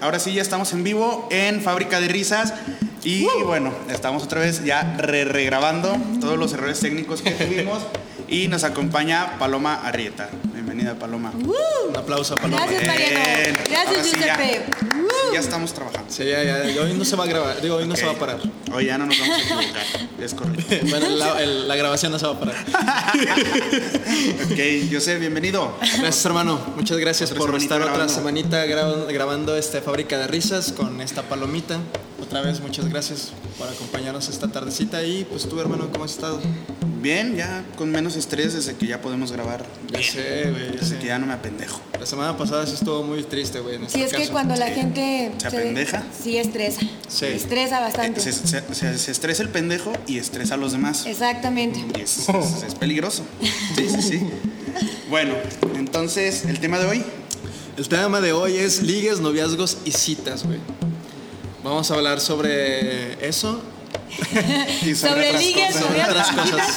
Ahora sí, ya estamos en vivo en Fábrica de Risas. Y bueno, estamos otra vez ya re- regrabando todos los errores técnicos que tuvimos. Y nos acompaña Paloma Arrieta. Bienvenida, Paloma. Un aplauso para Paloma. Gracias, Mariano. Bien. Ahora Gracias, sí, ya. Giuseppe. Ya estamos trabajando. Sí, ya, ya, Hoy no se va a grabar, digo, hoy no se va a parar. Hoy ya no nos vamos a equivocar. Es correcto. Bueno, la, el- la grabación no se va a parar. Ok, José, bienvenido. Gracias, hermano. Muchas gracias Otra por semanita estar otra grabando. semanita gra- grabando esta fábrica de risas con esta palomita. Otra vez, muchas gracias por acompañarnos esta tardecita. Y pues tú, hermano, ¿cómo has estado? Bien, ya con menos estrés desde que ya podemos grabar. Ya sé, güey. ya Desde que sé. ya no me apendejo. La semana pasada sí estuvo muy triste, güey. en Si este es que caso. cuando la gente. ¿Se apendeja? Sí, estresa. Sí. Estresa bastante. Eh, Se, se- se- se estresa el pendejo y estresa a los demás. Exactamente. Y es, es- es peligroso. Sí, sí, sí. Bueno, entonces, el tema de hoy. El tema de hoy es ligues, noviazgos y citas, güey. Vamos a hablar sobre eso Y Sobre otras ligues, cosas. sobre otras cosas.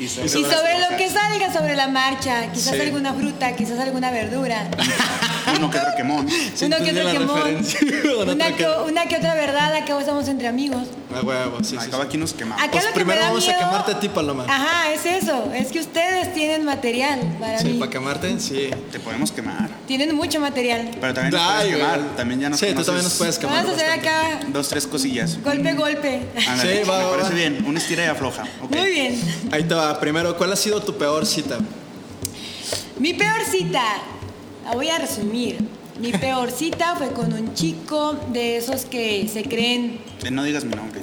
Y sobre, Y otras sobre lo cosas. que salga sobre la marcha, quizás Sí. alguna fruta, quizás alguna verdura, Uno que otro quemón. Sí, uno que entendí otro la quemón, referencia. Una una, otra que, que- una que otra verdad, acabo estamos entre amigos. A huevo, sí, sí, sí. Acaba aquí nos quemamos. Acá Pues lo que primero me da vamos a miedo- quemarte a ti, Paloma. Ajá, es eso, es que ustedes tienen material para Sí, mí. para quemarte, sí. Te podemos quemar. Tienen mucho material. Pero también nos puedes Ay, güey. quemar. También ya nos Sí, tú conoces también nos puedes quemar. Vamos a hacer bastante. Ah, acá Dos, tres cosillas. golpe, golpe. Ándale, Sí, va, me va, parece va. bien. Una estira y afloja. ok. Muy bien. Ahí te va. Primero, ¿cuál ha sido tu peor cita? Mi peor cita, la voy a resumir. Mi peor cita fue con un chico de esos que se creen. Eh, No digas mi nombre.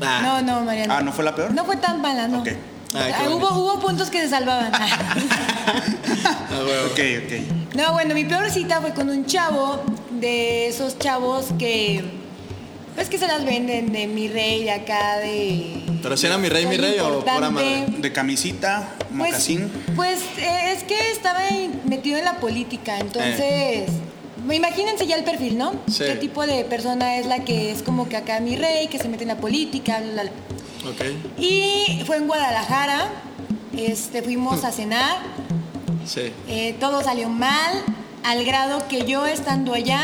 No, no, Mariano. Ah, ¿no fue la peor? No fue tan mala, no. Ok. Ay, qué Ah, hubo, bonito. hubo puntos que se salvaban. A Ah, huevo. Ok, ok. no, bueno, mi peor cita fue con un chavo de esos chavos que. Pues que se las venden de mi rey de acá de. Pero si era mi rey, mi Soy rey o pura importante. madre. De camisita, Pues- mocasín. Pues, eh, es que estaba en- metido en la política, entonces... Imagínense ya el perfil, ¿no? Sí. ¿Qué tipo de persona es la que es como que acá mi rey, que se mete en la política, bla, bla, bla? Ok. Y fue en Guadalajara, este, fuimos a cenar, Sí. eh, todo salió mal, al grado que yo estando allá,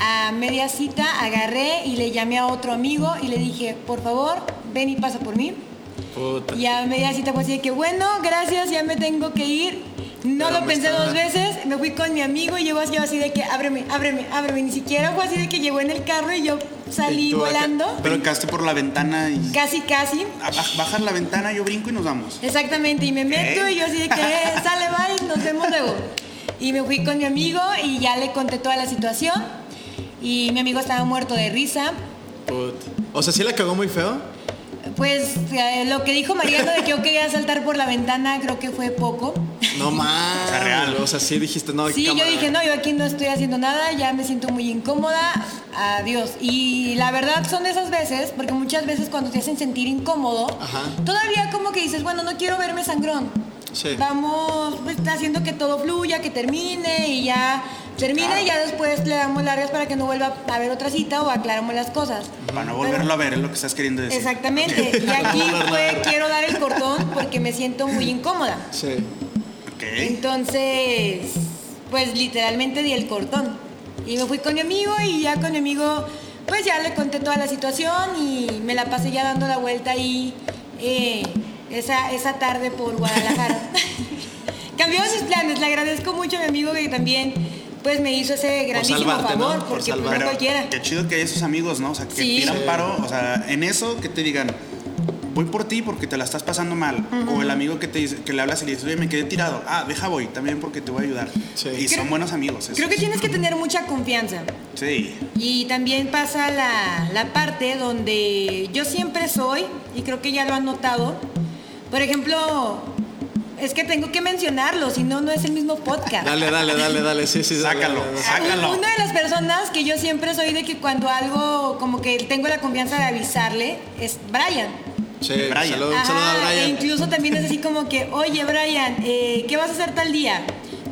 a media cita, agarré y le llamé a otro amigo y le dije, por favor, ven y pasa por mí. Puta. Y a media cita fue así de que, bueno, gracias, ya me tengo que ir. No Pero lo me pensé está- dos veces, me fui con mi amigo y llegó así, yo así de que, ábreme, ábreme, ábreme. Ni siquiera fue así de que llegó en el carro y yo salí Y tú acá- volando. Pero encaste por la ventana y. Casi, casi. Ah, baj- Bajas la ventana, yo brinco y nos Eh, vamos. Exactamente, y me meto y yo así de que, "Eh, sale, bye, nos vemos luego. Y me fui con mi amigo y ya le conté toda la situación. Y mi amigo estaba muerto de risa. Puta. O sea, ¿sí la cagó muy feo? Pues eh, lo que dijo Mariano de que yo quería saltar por la ventana creo que fue poco. No más. sea, real. O sea, sí dijiste, no, Sí, yo cámara. dije, no, yo aquí no estoy haciendo nada, ya me siento muy incómoda, adiós. Y la verdad son de esas veces, porque muchas veces cuando te hacen sentir incómodo, Ajá. todavía como que dices, bueno, no quiero verme sangrón. Sí. Vamos pues, haciendo que todo fluya, que termine y ya termina y ya después le damos largas para que no vuelva a haber otra cita o aclaramos las cosas. Para no volverlo a ver, es lo que estás queriendo decir. Exactamente. Y aquí fue, quiero dar el cortón porque me siento muy incómoda. Sí. Ok. Entonces, pues literalmente di el cortón. Y me fui con mi amigo y ya con mi amigo, pues ya le conté toda la situación y me la pasé ya dando la vuelta ahí eh, esa, esa tarde por Guadalajara. Cambió sus planes, le agradezco mucho a mi amigo que también pues me hizo ese grandísimo salvarte, ¿no? favor, Por porque pues, no salvarte. Pero cualquiera. qué chido que hay esos amigos, ¿no? O sea, que Sí. tiran Sí. paro. O sea, en eso que te digan, voy por ti porque te la estás pasando mal. O el amigo que te dice, que le hablas y le dices, oye, me quedé tirado. Ah, deja voy también porque te voy a ayudar. Sí. Y Creo- son buenos amigos. esos. Creo que tienes que tener mucha confianza. Sí. Y también pasa la, la parte donde yo siempre soy, y creo que ya lo han notado, por ejemplo, es que tengo que mencionarlo, si no, no es el mismo podcast. Dale, dale, dale, dale. Sí, sí, dale, Sácalo. dale, dale. Ah, un- sácalo. Una de las personas que yo siempre soy de que cuando algo, como que tengo la confianza de avisarle, es Brian. Sí, Brian. saludo, un saludo a Ajá, E Brian. incluso también es así como que, oye Brian, eh, ¿qué vas a hacer tal día?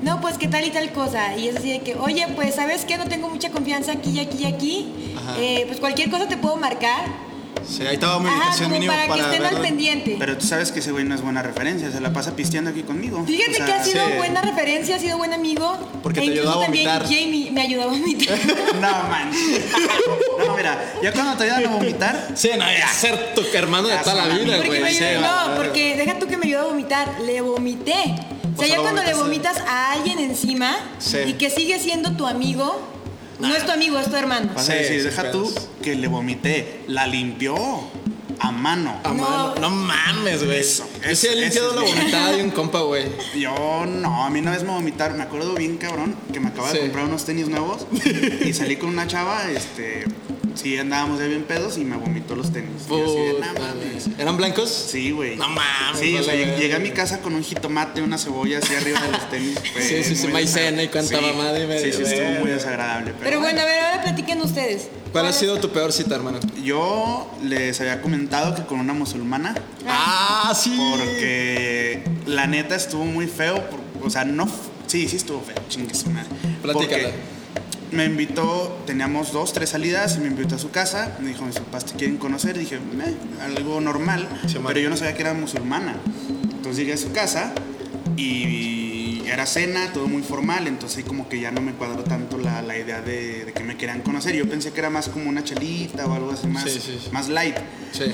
No, pues qué tal y tal cosa. Y es así de que, oye, pues sabes qué, no tengo mucha confianza aquí y aquí y aquí. Ajá. Eh, pues cualquier cosa te puedo marcar. Sí, ahí estaba mi Ajá, ubicación como mínimo para, que estén verlo. al pendiente. Pero tú sabes que ese güey no es buena referencia, se la pasa pisteando aquí conmigo. O Fíjate sea, que ha sido sí. buena referencia, ha sido buen amigo. Porque E te incluso ayudó a también vomitar. Jamie me ayudó a vomitar. No manches. No, mira, ya cuando te ayudan a vomitar, Sí, no, es ser tu hermano de Ya toda la son vida, amigos. porque me güey. Ah, Sí, ayudó- va, no, va, va. porque deja tú que me ayudó a vomitar. Le vomité. O sea, sea, ya lo cuando le vomitas vomitaste. a alguien encima Sí. y que sigue siendo tu amigo, no es tu amigo, es tu hermano. vas a Sí, decir, sí, deja tú pedos. que le vomité, la limpió a mano. Ah, No. mano, no. mames, güey. Eso, Yo sí eso, he limpiado eso la es bien. vomitada de un compa, güey. Yo no, a mí no es me vomitar, me acuerdo bien cabrón que me acababa de Sí. comprar unos tenis nuevos y salí con una chava, este, sí andábamos ya bien pedos y me vomitó los tenis. Y yo así de, "No Puta, mames". güey. ¿Eran blancos? Sí, güey. No mames, Sí, o sea, vale, lleg- verga. llegué a mi casa con un jitomate, una cebolla así arriba de los tenis. fue Sí, sí, sí, muy maicena y desagradable. cuánta Sí, mamada y media, Sí, sí, estuvo verga. muy desagradable. Pero, Pero bueno, a ver, ahora platiquen ustedes. ¿Cuál ha sido tu peor cita, hermano? Yo les había comentado que con una musulmana, Ah, sí. porque la neta estuvo muy feo. por- o sea, no. f- Sí, sí estuvo feo, chingue su madre. Platícala. Porque Me invitó, teníamos dos, tres salidas, y me invitó a su casa. Me dijo, mis papás te quieren conocer. Dije, "Meh, algo normal. Sí, man. pero yo no sabía que era musulmana. Entonces llegué a su casa y era cena, todo muy formal. Entonces ahí como que ya no me cuadró tanto la, la idea de, de que me querían conocer. Yo pensé que era más como una chelita o algo así más, Sí, sí, sí. más light. Sí.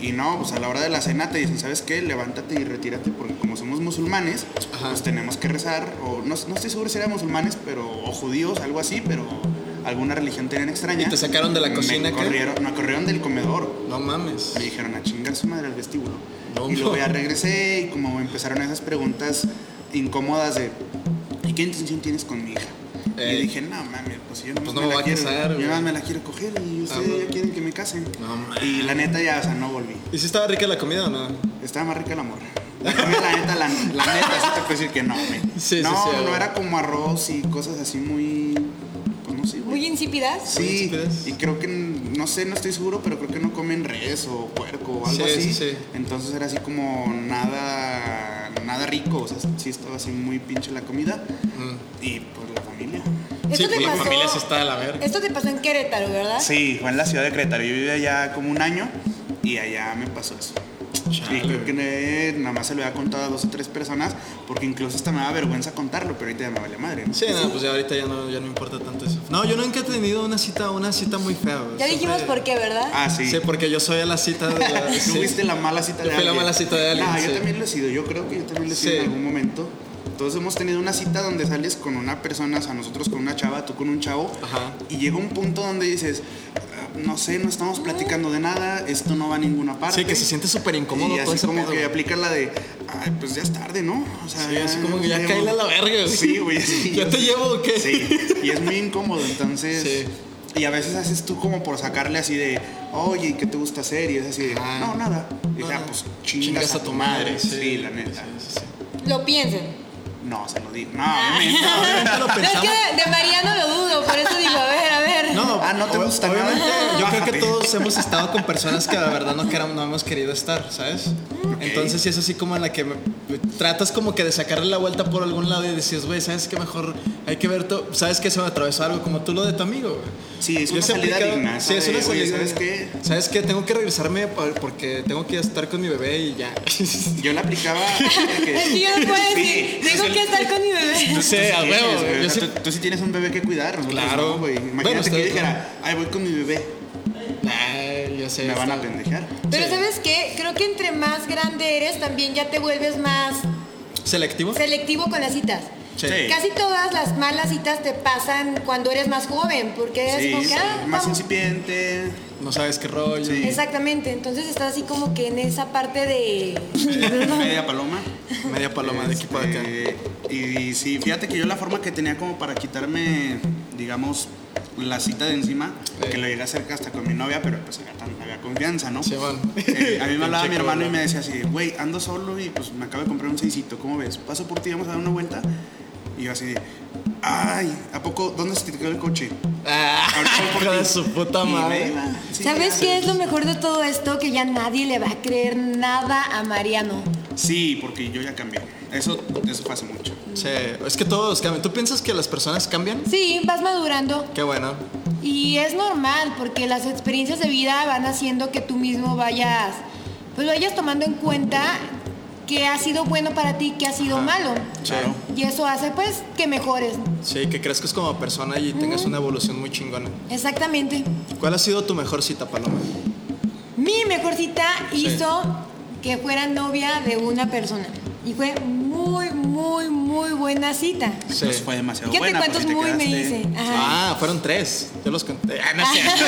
Y, y no, pues a la hora de la cena te dicen, ¿sabes qué? Levántate y retírate porque como somos musulmanes, Ajá. pues tenemos que rezar. O no, no estoy seguro si eran musulmanes pero, o judíos, algo así, pero alguna religión tenían extraña. ¿Y te sacaron de la Me cocina, qué? corrieron, me corrieron del comedor. No mames. Me dijeron a chingar su madre al vestíbulo. No, y luego no. ya regresé y como empezaron esas preguntas incómodas de, ¿y qué intención tienes con mi hija? Ey. Y dije, no mames, pues yo Eh. nomás Pues no me me la va a quiero, casar, yo güey. nomás me la quiero coger y ustedes Ajá. ya quieren que me casen. No mames. y la neta ya, o sea, no volví. ¿Y si estaba rica la comida o no? Estaba más rica la morra. La comida, la neta, la, la neta, sí te puedo decir que no, güey. Sí, sí, no, sí, no güey. era como arroz y cosas así muy. Pues no sé, güey. Muy insípidas. Sí, Príncipes. y creo que, no sé, no estoy seguro, pero creo que no comen res o puerco o algo Sí, así. sí, sí. Entonces era así como nada, nada rico, o sea, sí estaba así muy pinche la comida. Y pues la familia. Esto Mm. Sí, te pues la pasó- familia sí está de la verga. Esto te pasó en Querétaro, ¿verdad? Sí, fue en la ciudad de Querétaro, yo vivía allá como un año y allá me pasó eso. Chale, Y creo que güey. eh, nada más se lo había contado a dos o tres personas, porque incluso hasta me daba vergüenza contarlo, pero ahorita ya me vale madre. ¿no? Sí, no, pues ya ahorita ya no, ya no importa tanto eso. No, yo nunca he tenido una cita, una cita muy fea, güey. Ya dijimos Siempre- por qué, ¿verdad? Ah, sí. Sí, porque yo soy a la cita de la. Tú sí. fuiste la mala cita Yo de fui la alguien. mala cita de alguien, Nah, sí. yo también lo he sido. Yo creo que yo también lo he sido Sí. en algún momento. Todos hemos tenido una cita donde sales con una persona, o sea, nosotros con una chava, tú con un chavo. Ajá. Y llega un punto donde dices, "Ah, no sé, no estamos platicando de nada, esto no va a ninguna parte. Sí, que se siente súper incómodo Y todo así ese como pedo, que güey. aplica la de, ay, pues ya es tarde, ¿no? O sea, Sí, así como que ya nos cáele a vemos". la verga, güey. Sí, güey. sí. ¿Ya te llevo o qué? Sí, y es muy incómodo, entonces... Sí. Y a veces haces tú como por sacarle así de, oye, ¿qué te gusta hacer? Y es así de, Ah. no, nada. Y No, ya, no. pues chingas, a tu madre. Sí, la neta. Sí, sí, sí. Lo piensen. Ah. No, se lo digo. No, obviamente. no. Ahorita Ah, lo No, es pensamos. que de, de Mariano lo dudo, por eso digo, a ver, a ver. No, Ah, ¿no te ob- gusta nada? obviamente, Yo creo Bájate. que todos hemos estado con personas que la verdad no, queramos, no hemos querido estar, ¿sabes? Entonces, sí es así como en la que me- tratas como que de sacarle la vuelta por algún lado y decís, güey, ¿sabes qué? Mejor hay que ver todo. ¿Sabes qué? Se me atravesó algo como tú lo de tu amigo, güey. Sí, es Yo una sí he salida aplicado- digna. Sí, es ¿sabes? una Oye, salida ¿Sabes qué? digna. ¿Sabes qué? Tengo que regresarme por- porque tengo que estar con mi bebé y ya. Yo la aplicaba. Es que- que yo no puedo Sí, decir, o sea, tengo que estar con mi bebé. No sé, a sí huevo, tienes, güey. Yo O sea, sí- tú, tú sí tienes un bebé que cuidar. nosotros Claro. no, güey. Bueno, Imagínate que yo ustedes no. dijera, ay, voy con mi bebé. Ay, ya sé. Me van a está- pendejar. Pero Sí. ¿sabes qué? Creo que entre más grande eres, también ya te vuelves más ¿Selectivo? selectivo con las citas. Sí. Sí. Casi todas las malas citas te pasan cuando eres más joven, porque es Sí, como que, sí, ah, más vamos. incipiente. No sabes qué rollo. Sí. Exactamente, entonces estás así como que en esa parte de... Media paloma. Media paloma de equipo de acá. Este, Y sí, fíjate que yo la forma que tenía como para quitarme, digamos, la cita de encima, Eh. que lo llegué a hacer hasta con mi novia, pero pues había, tan- había confianza, ¿no? Sí, man. Eh, a mí me hablaba mi Pinche hermano y cabrón. me decía así, güey, ando solo y pues me acabo de comprar un seisito, ¿cómo ves? Paso por ti, vamos a dar una vuelta. Y yo así, de, ay, ¿a poco? ¿Dónde se te quedó el coche? Ah, Ahorita voy por hijo ti". de su puta Y me madre. iba. Sí, ¿Sabes ya. qué es lo mejor de todo esto? Que ya nadie le va a creer nada a Mariano. Sí, porque yo ya cambié. eso, eso pasa mucho. Sí, es que todos cambian. ¿Tú piensas que las personas cambian? Sí, vas madurando. Qué bueno. Y es normal, porque las experiencias de vida van haciendo que tú mismo vayas, pues vayas tomando en cuenta qué ha sido bueno para ti, qué ha sido malo. Claro. Y eso hace pues que mejores. Sí, que crezcas como persona y tengas una evolución muy chingona. Exactamente. ¿Cuál ha sido tu mejor cita, Paloma? Mi mejor cita hizo que fuera novia de una persona. Y fue muy, muy, muy buena cita. Sí. Pues fue demasiado Fíjate buena. cuántos porque te muy me quedaste- hice. Ajá. Ah, fueron tres. Yo los conté. Ah, no es cierto.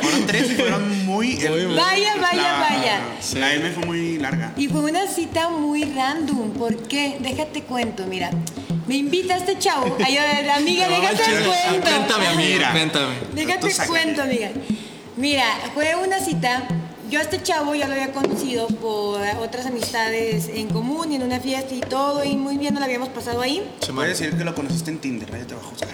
Fueron tres y fueron muy... el- Vaya, vaya, la- vaya. La M fue muy larga. Y fue una cita muy random, porque déjate cuento, mira. Me invita este chavo. Ay, ay, amiga, No déjate manches. cuento. Cuéntame, amiga. Mira. Cuéntame. Tú Déjate sácale. cuento, amiga. Mira, fue una cita. Yo a este chavo ya lo había conocido por otras amistades en común y en una fiesta y todo, y muy bien, nos la habíamos pasado ahí. Se puede decir que lo conociste en Tinder, nadie te va a juzgar.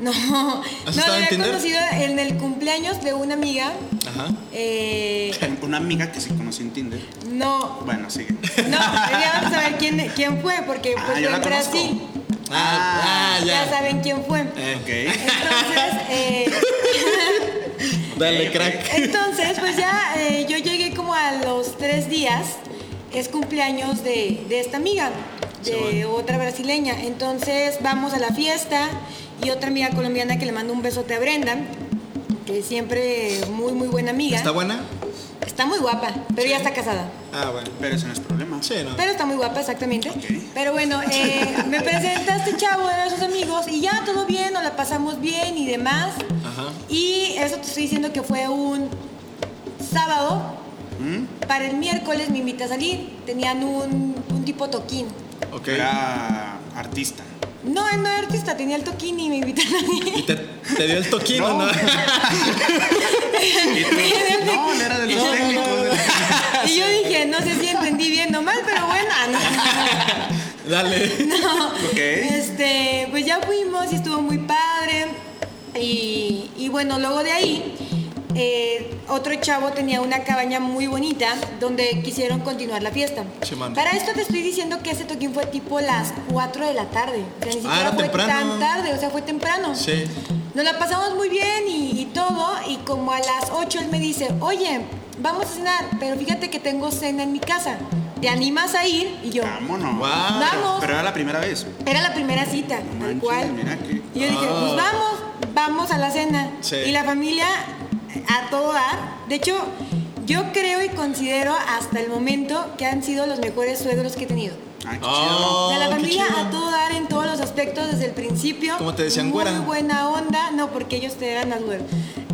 No, no, estado lo en había Tinder? conocido en el cumpleaños de una amiga. Ajá. Eh, Una amiga que se conoció en Tinder. no, Bueno, sigue. no, ya vamos a ver quién, quién fue, porque Ah, pues, yo fue la en conozco. Brasil. Ah, ah, Ya ya. saben quién fue. Eh. Ok. Entonces, eh, Dale, Eh, crack. entonces, pues ya eh, yo llegué como a los tres días, es cumpleaños de, de esta amiga, de otra brasileña. Entonces vamos a la fiesta y otra amiga colombiana que le mando un besote a Brenda, que siempre muy, muy buena amiga. ¿Está buena? Está muy guapa, pero ya está casada. Ah, bueno. Pero eso no es problema. Sí, no. Pero está muy guapa, exactamente. Pero bueno, eh, me presenta este chavo, era de sus amigos, y ya todo bien, nos la pasamos bien y demás. Ajá. Y eso te estoy diciendo que fue un sábado. ¿Mm? Para el miércoles me invita a salir. Tenían un, un tipo toquín. Ok. Era artista. No, él no era artista, tenía el toquín y me invita a ¿Y salir. te, te dio el toquín o No. no? Y tú- no, él era de los técnicos. Y yo dije, no sé si entendí bien o mal, pero bueno. ah, no. Dale. Ok. Este, pues ya fuimos y estuvo muy padre. Y, y bueno, luego de ahí, eh, otro chavo tenía una cabaña muy bonita donde quisieron continuar la fiesta. Chimán. Para esto te estoy diciendo que ese toquín fue tipo las 4 de la tarde. O sea, ni siquiera Ah, era fue temprano. tan tarde, o sea, fue temprano. Sí. Nos la pasamos muy bien y, y todo, y como a las 8 él me dice, oye, vamos a cenar, pero fíjate que tengo cena en mi casa. ¿Te animas a ir? Y Ah, yo, Vámonos. Guau. Vamos. Pero era la primera vez. era la primera cita, tal manches, cual. mira que- Y yo dije, Ah. pues vamos, vamos a la cena. Sí. Y la familia a todo dar. De hecho, yo creo y considero hasta el momento que han sido los mejores suegros que he tenido. Ay, Ah, qué Oh, O sea, la qué familia chido. a todo dar en todos los aspectos desde el principio. Como te decían, Muy güera. buena onda. No, porque ellos te eran las güeras.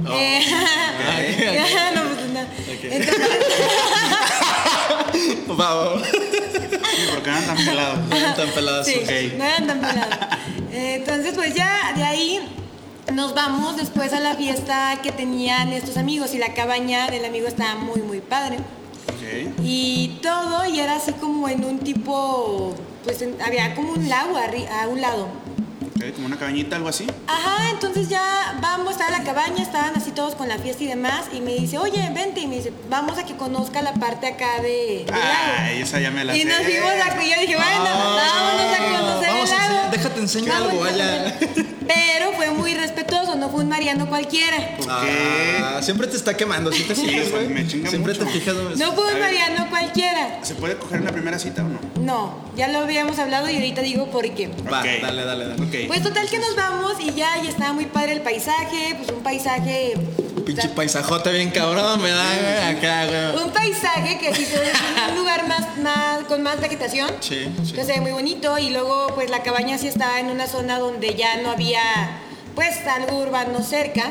Oh. Eh, Ah, no, pues, no. Entonces, Vamos. chido. Porque eran tan pelados. Tan peladas. Sí, ok. no eran tan pelados. Eh, Entonces, pues ya de ahí nos vamos después a la fiesta que tenían estos amigos y la cabaña del amigo estaba muy, muy padre. Ok. Y todo, y era así como en un tipo, pues en- había como un lago arri- a un lado. Ok, Como una cabañita, algo así. Ajá, entonces ya vamos, estaba la cabaña, estaban así todos con la fiesta y demás, y me dice, oye, vente, y me dice, vamos a que conozca la parte acá de... del Ah, lago". Ay, esa ya me la y nos sé. fuimos a... y yo dije, bueno, vámonos a conocer Ah, vamos el a lago. enseñar- déjate enseñar Vámonos algo, a vaya. conocer. Pero fue muy respetuoso, no fue un mariano cualquiera. Ok. Ah, siempre te está quemando, ¿sí te Sí, fijas, güey, güey? me chinga Siempre mucho. te fijas. güey. No fue A un ver. mariano cualquiera. ¿Se puede coger en la primera cita o no? No, ya lo habíamos hablado y ahorita digo por qué. Va, Ok. dale, dale, dale. Ok. Pues total que nos vamos y ya, y estaba muy padre el paisaje, pues un paisaje... Pinche paisajote bien cabrón, me da, güey, acá, güey. Un paisaje que sí se ve en un lugar más, más, con más vegetación. Sí, sí. Entonces se ve muy bonito y luego pues la cabaña sí estaba en una zona donde ya no había pues algo urbano cerca.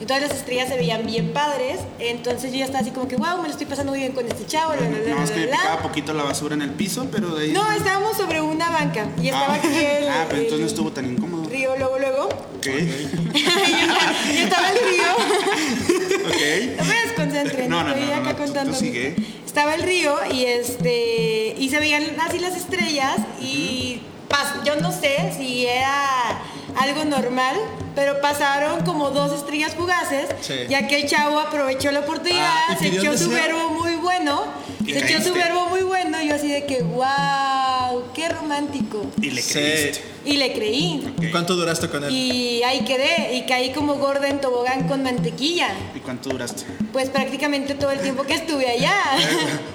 Entonces las estrellas se veían bien padres. Entonces yo ya estaba así como que, wow, me lo estoy pasando muy bien con este chavo. bla, bla, bla, Nada más bla, que me bla, bla". picaba poquito la basura en el piso, pero de ahí. No, estábamos sobre una banca y estaba Ah, aquí el, ah, pero entonces el no estuvo tan incómodo. Ok. río luego luego. Ok. y estaba el río. No me desconcentren, No, no, estoy no, no, acá no, tú- contando. tú sigue. Estaba el río y este y se veían así las estrellas y pas- yo no sé si era algo normal, pero pasaron como dos estrellas fugaces, Sí. ya que el chavo aprovechó la oportunidad, Ah, ¿y se pidió echó el su deseo? verbo muy bueno, Y se echó caíste. su verbo muy bueno y yo así de que wow, ok, qué romántico. Y le Sí. creíste. Y le creí. Ok. ¿Cuánto duraste con él? Y ahí quedé, y caí como gorda en tobogán con mantequilla. ¿Y cuánto duraste? Pues prácticamente todo el tiempo que estuve allá.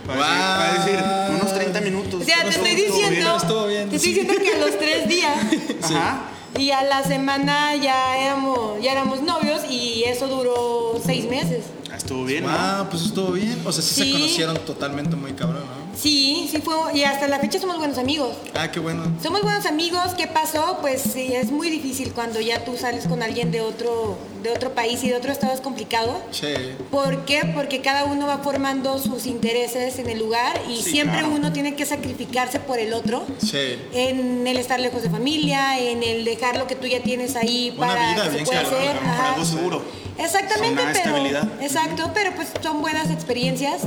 Para, decir, para Guau. decir, unos 30 minutos. O sea, te Estuvo- estoy estuvo bien. diciendo, estuvo bien. te estoy diciendo que a los tres días Ajá. y a la semana ya éramos, ya éramos novios y eso duró seis meses. Ah, Estuvo bien, ¿no? Ah, pues estuvo bien. O sea, sí, se Sí. conocieron totalmente muy cabrón, ¿no? Sí, sí fue, y hasta la fecha somos buenos amigos. Ah, qué bueno. Somos buenos amigos, ¿qué pasó? Pues sí, es muy difícil cuando ya tú sales con alguien de otro, de otro país y de otro estado es complicado. Che. ¿Por qué? Porque cada uno va formando sus intereses en el lugar y Sí, siempre claro. uno tiene que sacrificarse por el otro. Sí. en el estar lejos de familia, en el dejar lo que tú ya tienes ahí Una para vida que se bien pueda cabrona, hacer. Por ajá. algo seguro. Exactamente, Una estabilidad. pero exacto, pero pues son buenas experiencias.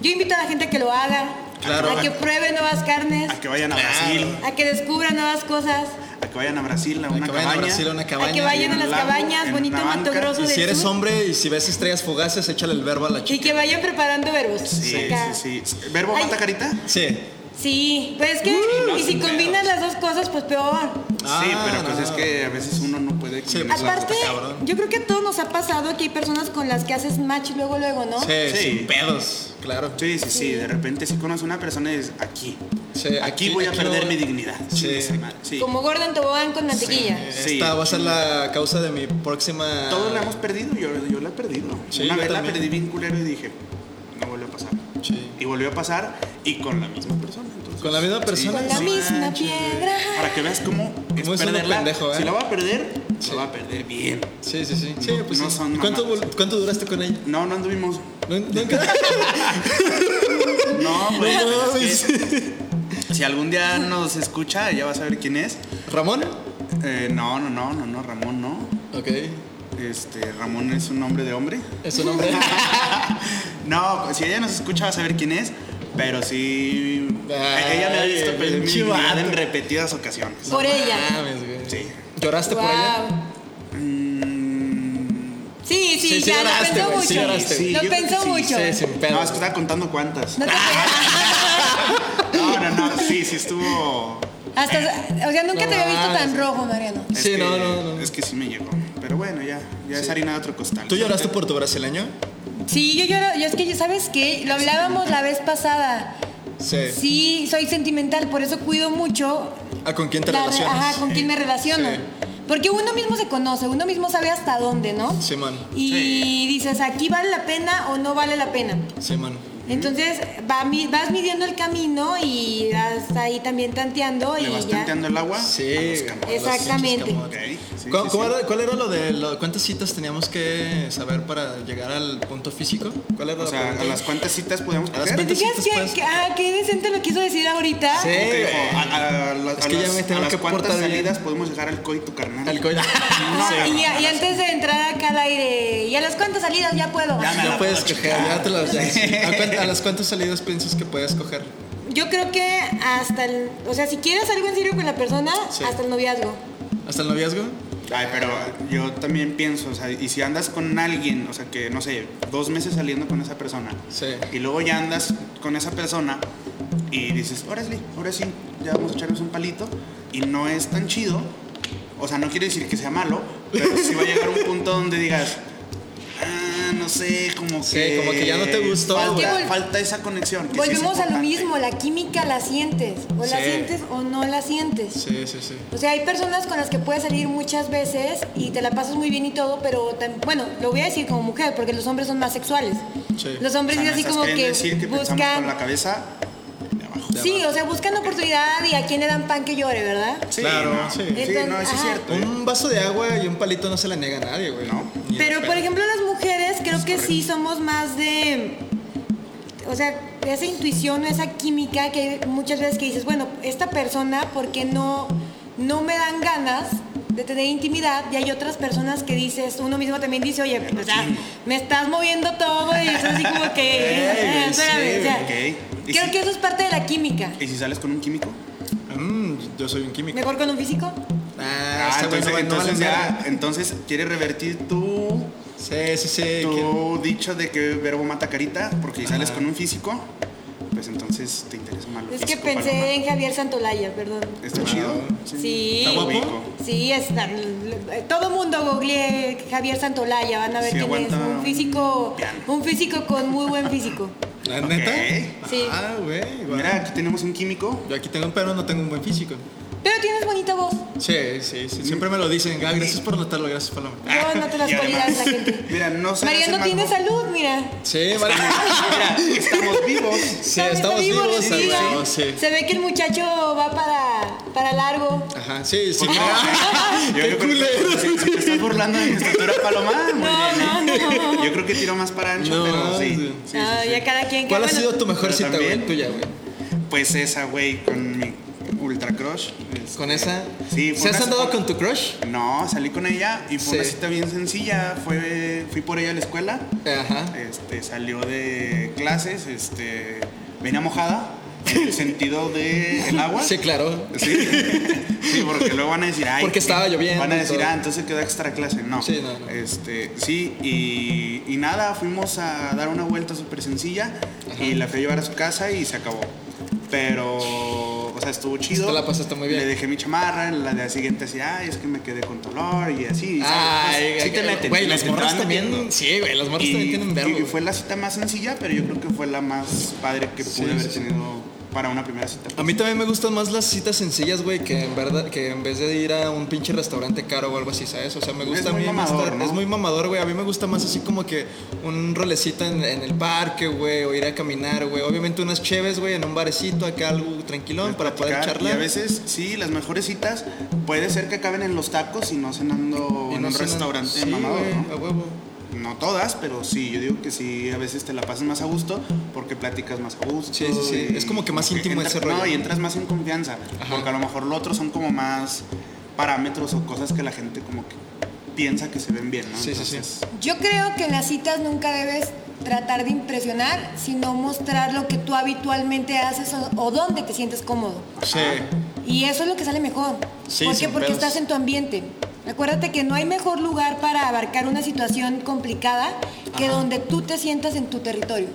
Yo invito a la gente a que lo haga, Claro. a que pruebe nuevas carnes, A que vayan a Claro. Brasil, a que descubra nuevas cosas, a que vayan a Brasil, a Hay una que vayan a cabaña. Brasil a una cabaña. a que vayan a en las un lago, cabañas, en bonito una Mato banca. Grosso Y del si eres Sur, hombre y si ves estrellas fugaces, échale el verbo a la y chica. que vayan preparando verbos. Sí, acá. sí, sí. ¿Verbo Ay. mata carita? Sí. Sí, pues es que, no, y si sin pedos. combinas las dos cosas, pues peor. Ah, sí, pero pues no. es que a veces uno no puede. Sí, combinar pues, las- Aparte, está cabrón. yo creo que a todos nos ha pasado que hay personas con las que haces match luego, luego, ¿no? Sí, Sí. sin pedos. Claro. Sí, sí, sí. De repente si conoces a una persona y es aquí. Sí, aquí. aquí- voy a aquí perder voy- mi dignidad. Sí. Chingue su madre. Sí. Como gordo en tobogán con mantequilla. Sí. Esta va a ser la causa de mi próxima. Todos la hemos perdido, yo, yo la he perdido. Sí, una yo vez la también. perdí bien culero y dije, no vuelve a pasar. Sí. Y volvió a pasar y con la misma persona. entonces. Con la misma persona. Con la sí. misma manches, piedra. Para que veas cómo es Cómo es uno perderla. pendejo, ¿eh? Si la va a perder, Sí. la va a perder bien. Sí, sí, sí. Sí, No- pues no sí. son ¿Cuánto, mamadas. vol- ¿Cuánto duraste con ella? No, no anduvimos. No- Nunca. No, güey. No pero es que si algún día nos escucha, ella va a saber quién es. ¿Ramón? Eh, no, no, no, no, no, Ramón no. Ok. Este, Ramón es un nombre de hombre. ¿Es su nombre? Ah, No, si ella nos escucha va a saber quién es, pero sí. Ay, ella me ha visto perder mi pinche dignidad vato. en repetidas ocasiones. Por ella. Mames, güey. Sí. ¿Lloraste por ella? Guau. Mm, Sí, sí, Sí, sí ya lloraste, lo güey, pensó sí mucho. lloraste, güey. lo Sí, yo creo pensó que sí, mucho. Sí, sin pedos. no, es que estaba contando cuántas. No te creas. No, no, no, sí, sí estuvo. Hasta, o sea, nunca No te había visto tan mames. rojo, Mariano. es Sí, que- no, no, no. Es que sí me llegó. Pero bueno, ya, ya es harina de otro costal. ¿Tú lloraste por tu brasileño? Sí, yo lloro. Yo es que, ¿sabes qué? Lo hablábamos la vez pasada. Sí. Sí, soy sentimental, por eso cuido mucho ¿A con quién te la re- relacionas? Ajá, con quién me relaciono. Sí. Porque uno mismo se conoce, uno mismo sabe hasta dónde, ¿no? Simón, Y Sí. dices, aquí vale la pena o no vale la pena. Simón. Entonces va mi- vas midiendo el camino y vas ahí también tanteando y Le vas ya. tanteando el agua. Sí. a los camotes. Exactamente. Los Ok, pinches camotes. sí, ¿Cu- sí, cómo sí. era- ¿Cuál era lo de lo- cuántas citas teníamos que saber para llegar al punto físico? ¿Cuál era O la sea, a pregunta? las cuantas citas podíamos A las coger. cuantas- ¿Te fijas Entonces, que, pues- que- ah, qué decente lo quiso decir ahorita? Sí, Ok, güey. o a- a- a las- Es a que ya las- me tengo a las que cuantas portar bien. salidas podemos llegar al coito carnal. Al coño. Ah, Sí. y, y antes de entrar acá al aire, ¿y a las cuantas salidas ya puedo? Ya me- Ya la puedes puedo coger, ya te las ya. ¿A, cuán- a las cuántas salidas piensas que puedes coger? Yo creo que hasta el... O sea, si quieres algo en serio con la persona, Sí. hasta el noviazgo. ¿Hasta el noviazgo? Ay, pero yo también pienso, o sea, y si andas con alguien, o sea, que no sé, dos meses saliendo con esa persona, Sí. y luego ya andas con esa persona y dices, órale, ahora sí, ya vamos a echarnos un palito, y no es tan chido, o sea, no quiere decir que sea malo, pero sí va a llegar un punto donde digas, ah, no sé, como Sí, que. como que ya no te gustó, güey. Falta, falta esa conexión. que sí es Volvemos a lo importante. mismo, la química la sientes, o la Sí. sientes o no la sientes. Sí, sí, sí. O sea, hay personas con las que puedes salir muchas veces y te la pasas muy bien y todo, pero tam- bueno, lo voy a decir como mujer, porque los hombres son más sexuales. Sí. Los hombres O sea, es ¿me así estás como que, queriendo decir que pensamos con la buscan... cabeza de abajo. cabeza. Sí, o sea, buscan oportunidad y a quién le dan pan que llore, ¿verdad? Claro, no. sí. no, eso es Entonces, ajá. cierto. Un vaso de agua y un palito no se la niega a nadie, güey. No. Ni de Pero por pedo. ejemplo las mujeres creo que sí somos más de, o sea, esa intuición, esa química que hay muchas veces que dices, bueno, esta persona porque no, no me dan ganas de tener intimidad y hay otras personas que dices, uno mismo también dice, oye, pues, o sea, me estás moviendo todo y es así como que, "Ah, Ey, espérame, sí, o sea, ok. ¿Y creo si- que eso es parte de la química. ¿Y si sales con un químico? Mm, yo soy un químico. Mejor con un físico. Ah, este güey entonces, entonces no, va- no vale ya, verga. entonces quieres revertir tu, Sí, sí, sí. que- tu dicho de que verbo mata carita, porque si sales Ajá. con un físico, pues pues entonces te interesa más lo Es que físico, pensé Paloma. en Javier Santolaya, perdón. Ah, ¿Está chido? Sí. ¿Está guapo? Sí, está. Todo mundo googlee Javier Santolaya, van a ver Sí, quién es. aguanta Un un físico, piano. un físico con muy buen físico. ¿La Ok. neta? Sí. Ah, güey. va. Mira, aquí tenemos un químico. Yo aquí tengo un pero no tengo un buen físico. Pero tienes bonita voz. Sí, sí, sí. Siempre me lo dicen. Ah, gracias por notarlo, gracias, Paloma. Yo no te las Y además- cualidades la gente. Mira, no se me hace Mariano más tiene guapo. salud, mira. Sí, vale. Mira, estamos vivos. Sí, También está estamos vivo, vivos, respira. a huevo, sí. Se ve que el muchacho va para, para largo. Ajá, sí, sí. No, yo, Qué yo creo que- culero. si, si te estás burlando de mi estatura, Paloma, muy bien, ¿eh? No, no, no. Yo creo que tiro más para ancho, No, pero sí. sí. sí, sí, Ah, sí. ya cada quien. ¿Cuál que ha bueno, sido tu mejor Pero cita, también- güey? Tuya, güey. Pues esa, güey, con mi ultra crush. este, Con esa. Sí, fue ¿Se has una- andado con tu crush? No, salí con ella y fue Sí. una cita bien sencilla. Fue, fui por ella a la escuela. Ajá. Este, salió de clases, este, venía mojada, en el sentido de el agua. Sí, claro. Sí. Sí, porque luego van a decir, ay. Porque estaba lloviendo Van a y decir, todo. ah, entonces quedó extra clase. No. Sí, no, no. Este, sí, y, y nada, fuimos a dar una vuelta súper sencilla y la fui a llevar a su casa y se acabó. Pero, o sea, estuvo chido. Pues Te la pasaste muy bien. Le dejé mi chamarra, la día siguiente decía, ay, es que me quedé con dolor y así. ¿sabes? Ay, Pues, sí te meten. Ah, Güey, te meten, las te morras van metiendo. también. Sí, güey, las morras también tienen verbo. y güey. fue la cita más sencilla, pero yo creo que fue la más padre que pude Sí, haber sí, sí. tenido para una primera cita. A mí también me gustan más las citas sencillas, güey, que en verdad, que en vez de ir a un pinche restaurante caro o algo así, ¿sabes? O sea, me Es gusta a muy mí más mamador, estar- ¿no? es muy mamador, güey. A mí me gusta más así como que un rolecito en, en el parque, güey, o ir a caminar, güey. Obviamente unas cheves, güey, en un barecito, acá algo tranquilón para poder platicar, charlar. Y a veces, sí, las mejores citas puede ser que acaben en los tacos y no cenando Y en no un cenan- restaurante sí, mamador, güey, ¿no? a huevo. No todas, pero sí, yo digo que sí, a veces te la pasas más a gusto porque platicas más a gusto. Sí, sí, sí. y Es como que más íntimo entra- ese rollo. No, y entras más en confianza, Ajá. porque a lo mejor lo otro son como más parámetros o cosas que la gente como que piensa que se ven bien, ¿no? Sí, sí, sí. Yo creo que en las citas nunca debes tratar de impresionar, sino mostrar lo que tú habitualmente haces o, o dónde te sientes cómodo. Sí. Y eso es lo que sale mejor. Sí, ¿Por qué? sin Porque pedos. estás en tu ambiente. Acuérdate que no hay mejor lugar para abarcar una situación complicada que donde tú te sientas en tu territorio.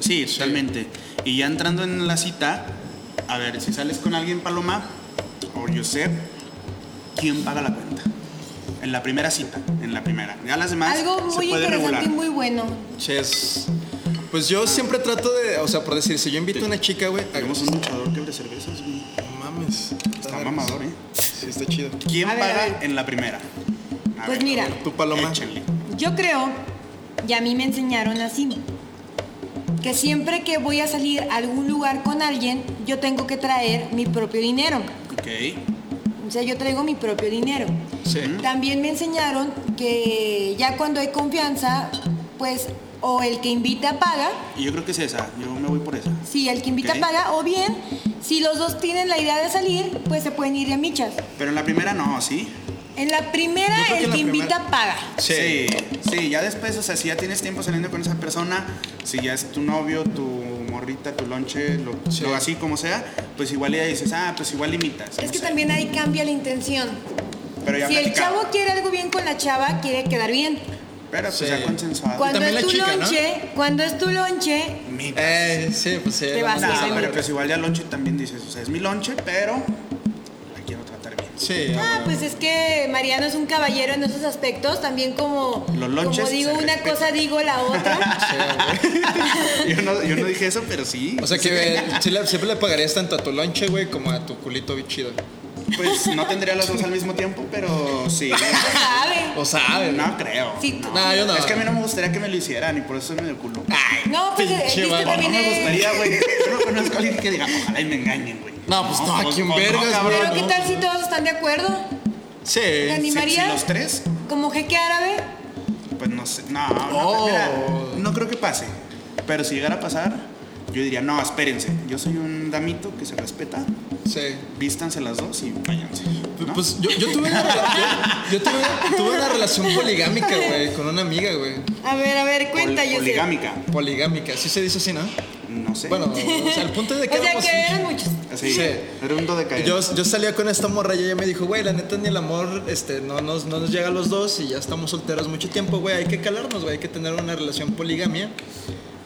Sí, totalmente. Y ya entrando en la cita, a ver, si sales con alguien, Paloma, o Josep, ¿quién paga la cuenta? En la primera cita, en la primera. Ya las demás Algo se muy puede interesante regular. y muy bueno. Ches. Pues yo siempre trato de, o sea, por decir, si yo invito a una chica, güey, Tenemos hagamos un luchador que abre cervezas, güey. No mames. Está mamador, ¿eh? Sí, está chido. ¿Quién A ver, paga a ver. en la primera? A Pues ver, mira, Tú, Paloma. échale. Yo creo, y a mí me enseñaron así, que siempre que voy a salir a algún lugar con alguien, yo tengo que traer mi propio dinero. Ok. O sea, yo traigo mi propio dinero. Sí. También me enseñaron que ya cuando hay confianza, pues o el que invita paga, Y yo creo que es esa. Yo me voy por esa. si el que invita Ok. paga, o bien, si los dos tienen la idea de salir, pues se pueden ir de michas. Pero en la primera no, ¿sí? En la primera, Yo creo que el en la que primera- invita paga. Sí, sí, ya después, o sea, si ya tienes tiempo saliendo con esa persona, si ya es tu novio, tu morrita, tu lonche, lo, Sí. lo así como sea, pues igual ya dices, ah, pues igual limitas. Es no que sé. también ahí cambia la intención. Pero ya Si el platicado. chavo quiere algo bien con la chava, quiere quedar bien. Pero pues Sí. ya consensuado. Cuando Ah, también es la tu chica, ¿no? lonche, cuando es tu lonche, Mitas. Eh, sí, pues sí. Te la vas neta, Nah, sí, sí, sí. pero pues igual ya lonche también dices, o sea, es mi lonche, pero la quiero tratar bien. Sí, ah, ah, pues es que Mariano es un caballero en esos aspectos, también como, Los lonches como digo se una respetan. cosa, digo la otra. Yo no, yo no dije eso, pero sí. O sea que eh, sí le- siempre le pagarías tanto a tu lonche, güey, como a tu culito bien chido. Pues no tendría las dos al mismo tiempo, pero sí. pues ¿Sabe? O sabe, No creo. Sí. Nah, yo Ah, no. Es que a mí no me gustaría que me lo hicieran y por eso soy medio culo. Ay, No, pues eh, pinche viste vato. No también me eh, gustaría, güey. Yo no conozco a alguien que diga, ojalá y me engañen, güey. No, pues, no, ¿a quién vergas, cabrón, no. Pero qué tal si todos están de acuerdo? Sí. ¿Te Si- animaría? Si los tres, Como jeque árabe, pues no sé. No, no, Oh. mira, no creo que pase. Pero si llegara a pasar, yo diría, no, espérense. Yo soy un damito que se respeta. Sí. Vístanse las dos y váyanse. ¿no? Pues yo, yo tuve una, rela- yo, yo tuve, tuve una relación poligámica, güey, con una amiga, güey. a ver, a ver, Pol- cuenta, yo sé. Poligámica. Poligámica, sí se dice así, ¿no? No sé. Bueno, o sea, el punto es de que O sea éramos que eran muchos. así. sí. Era un do de caída. Yo, yo salía con esta morra y ella me dijo, güey, la neta ni el amor este, no, nos, no nos llega a los dos y ya estamos solteros mucho tiempo, güey, hay que calarnos, güey, hay que tener una relación poligamia.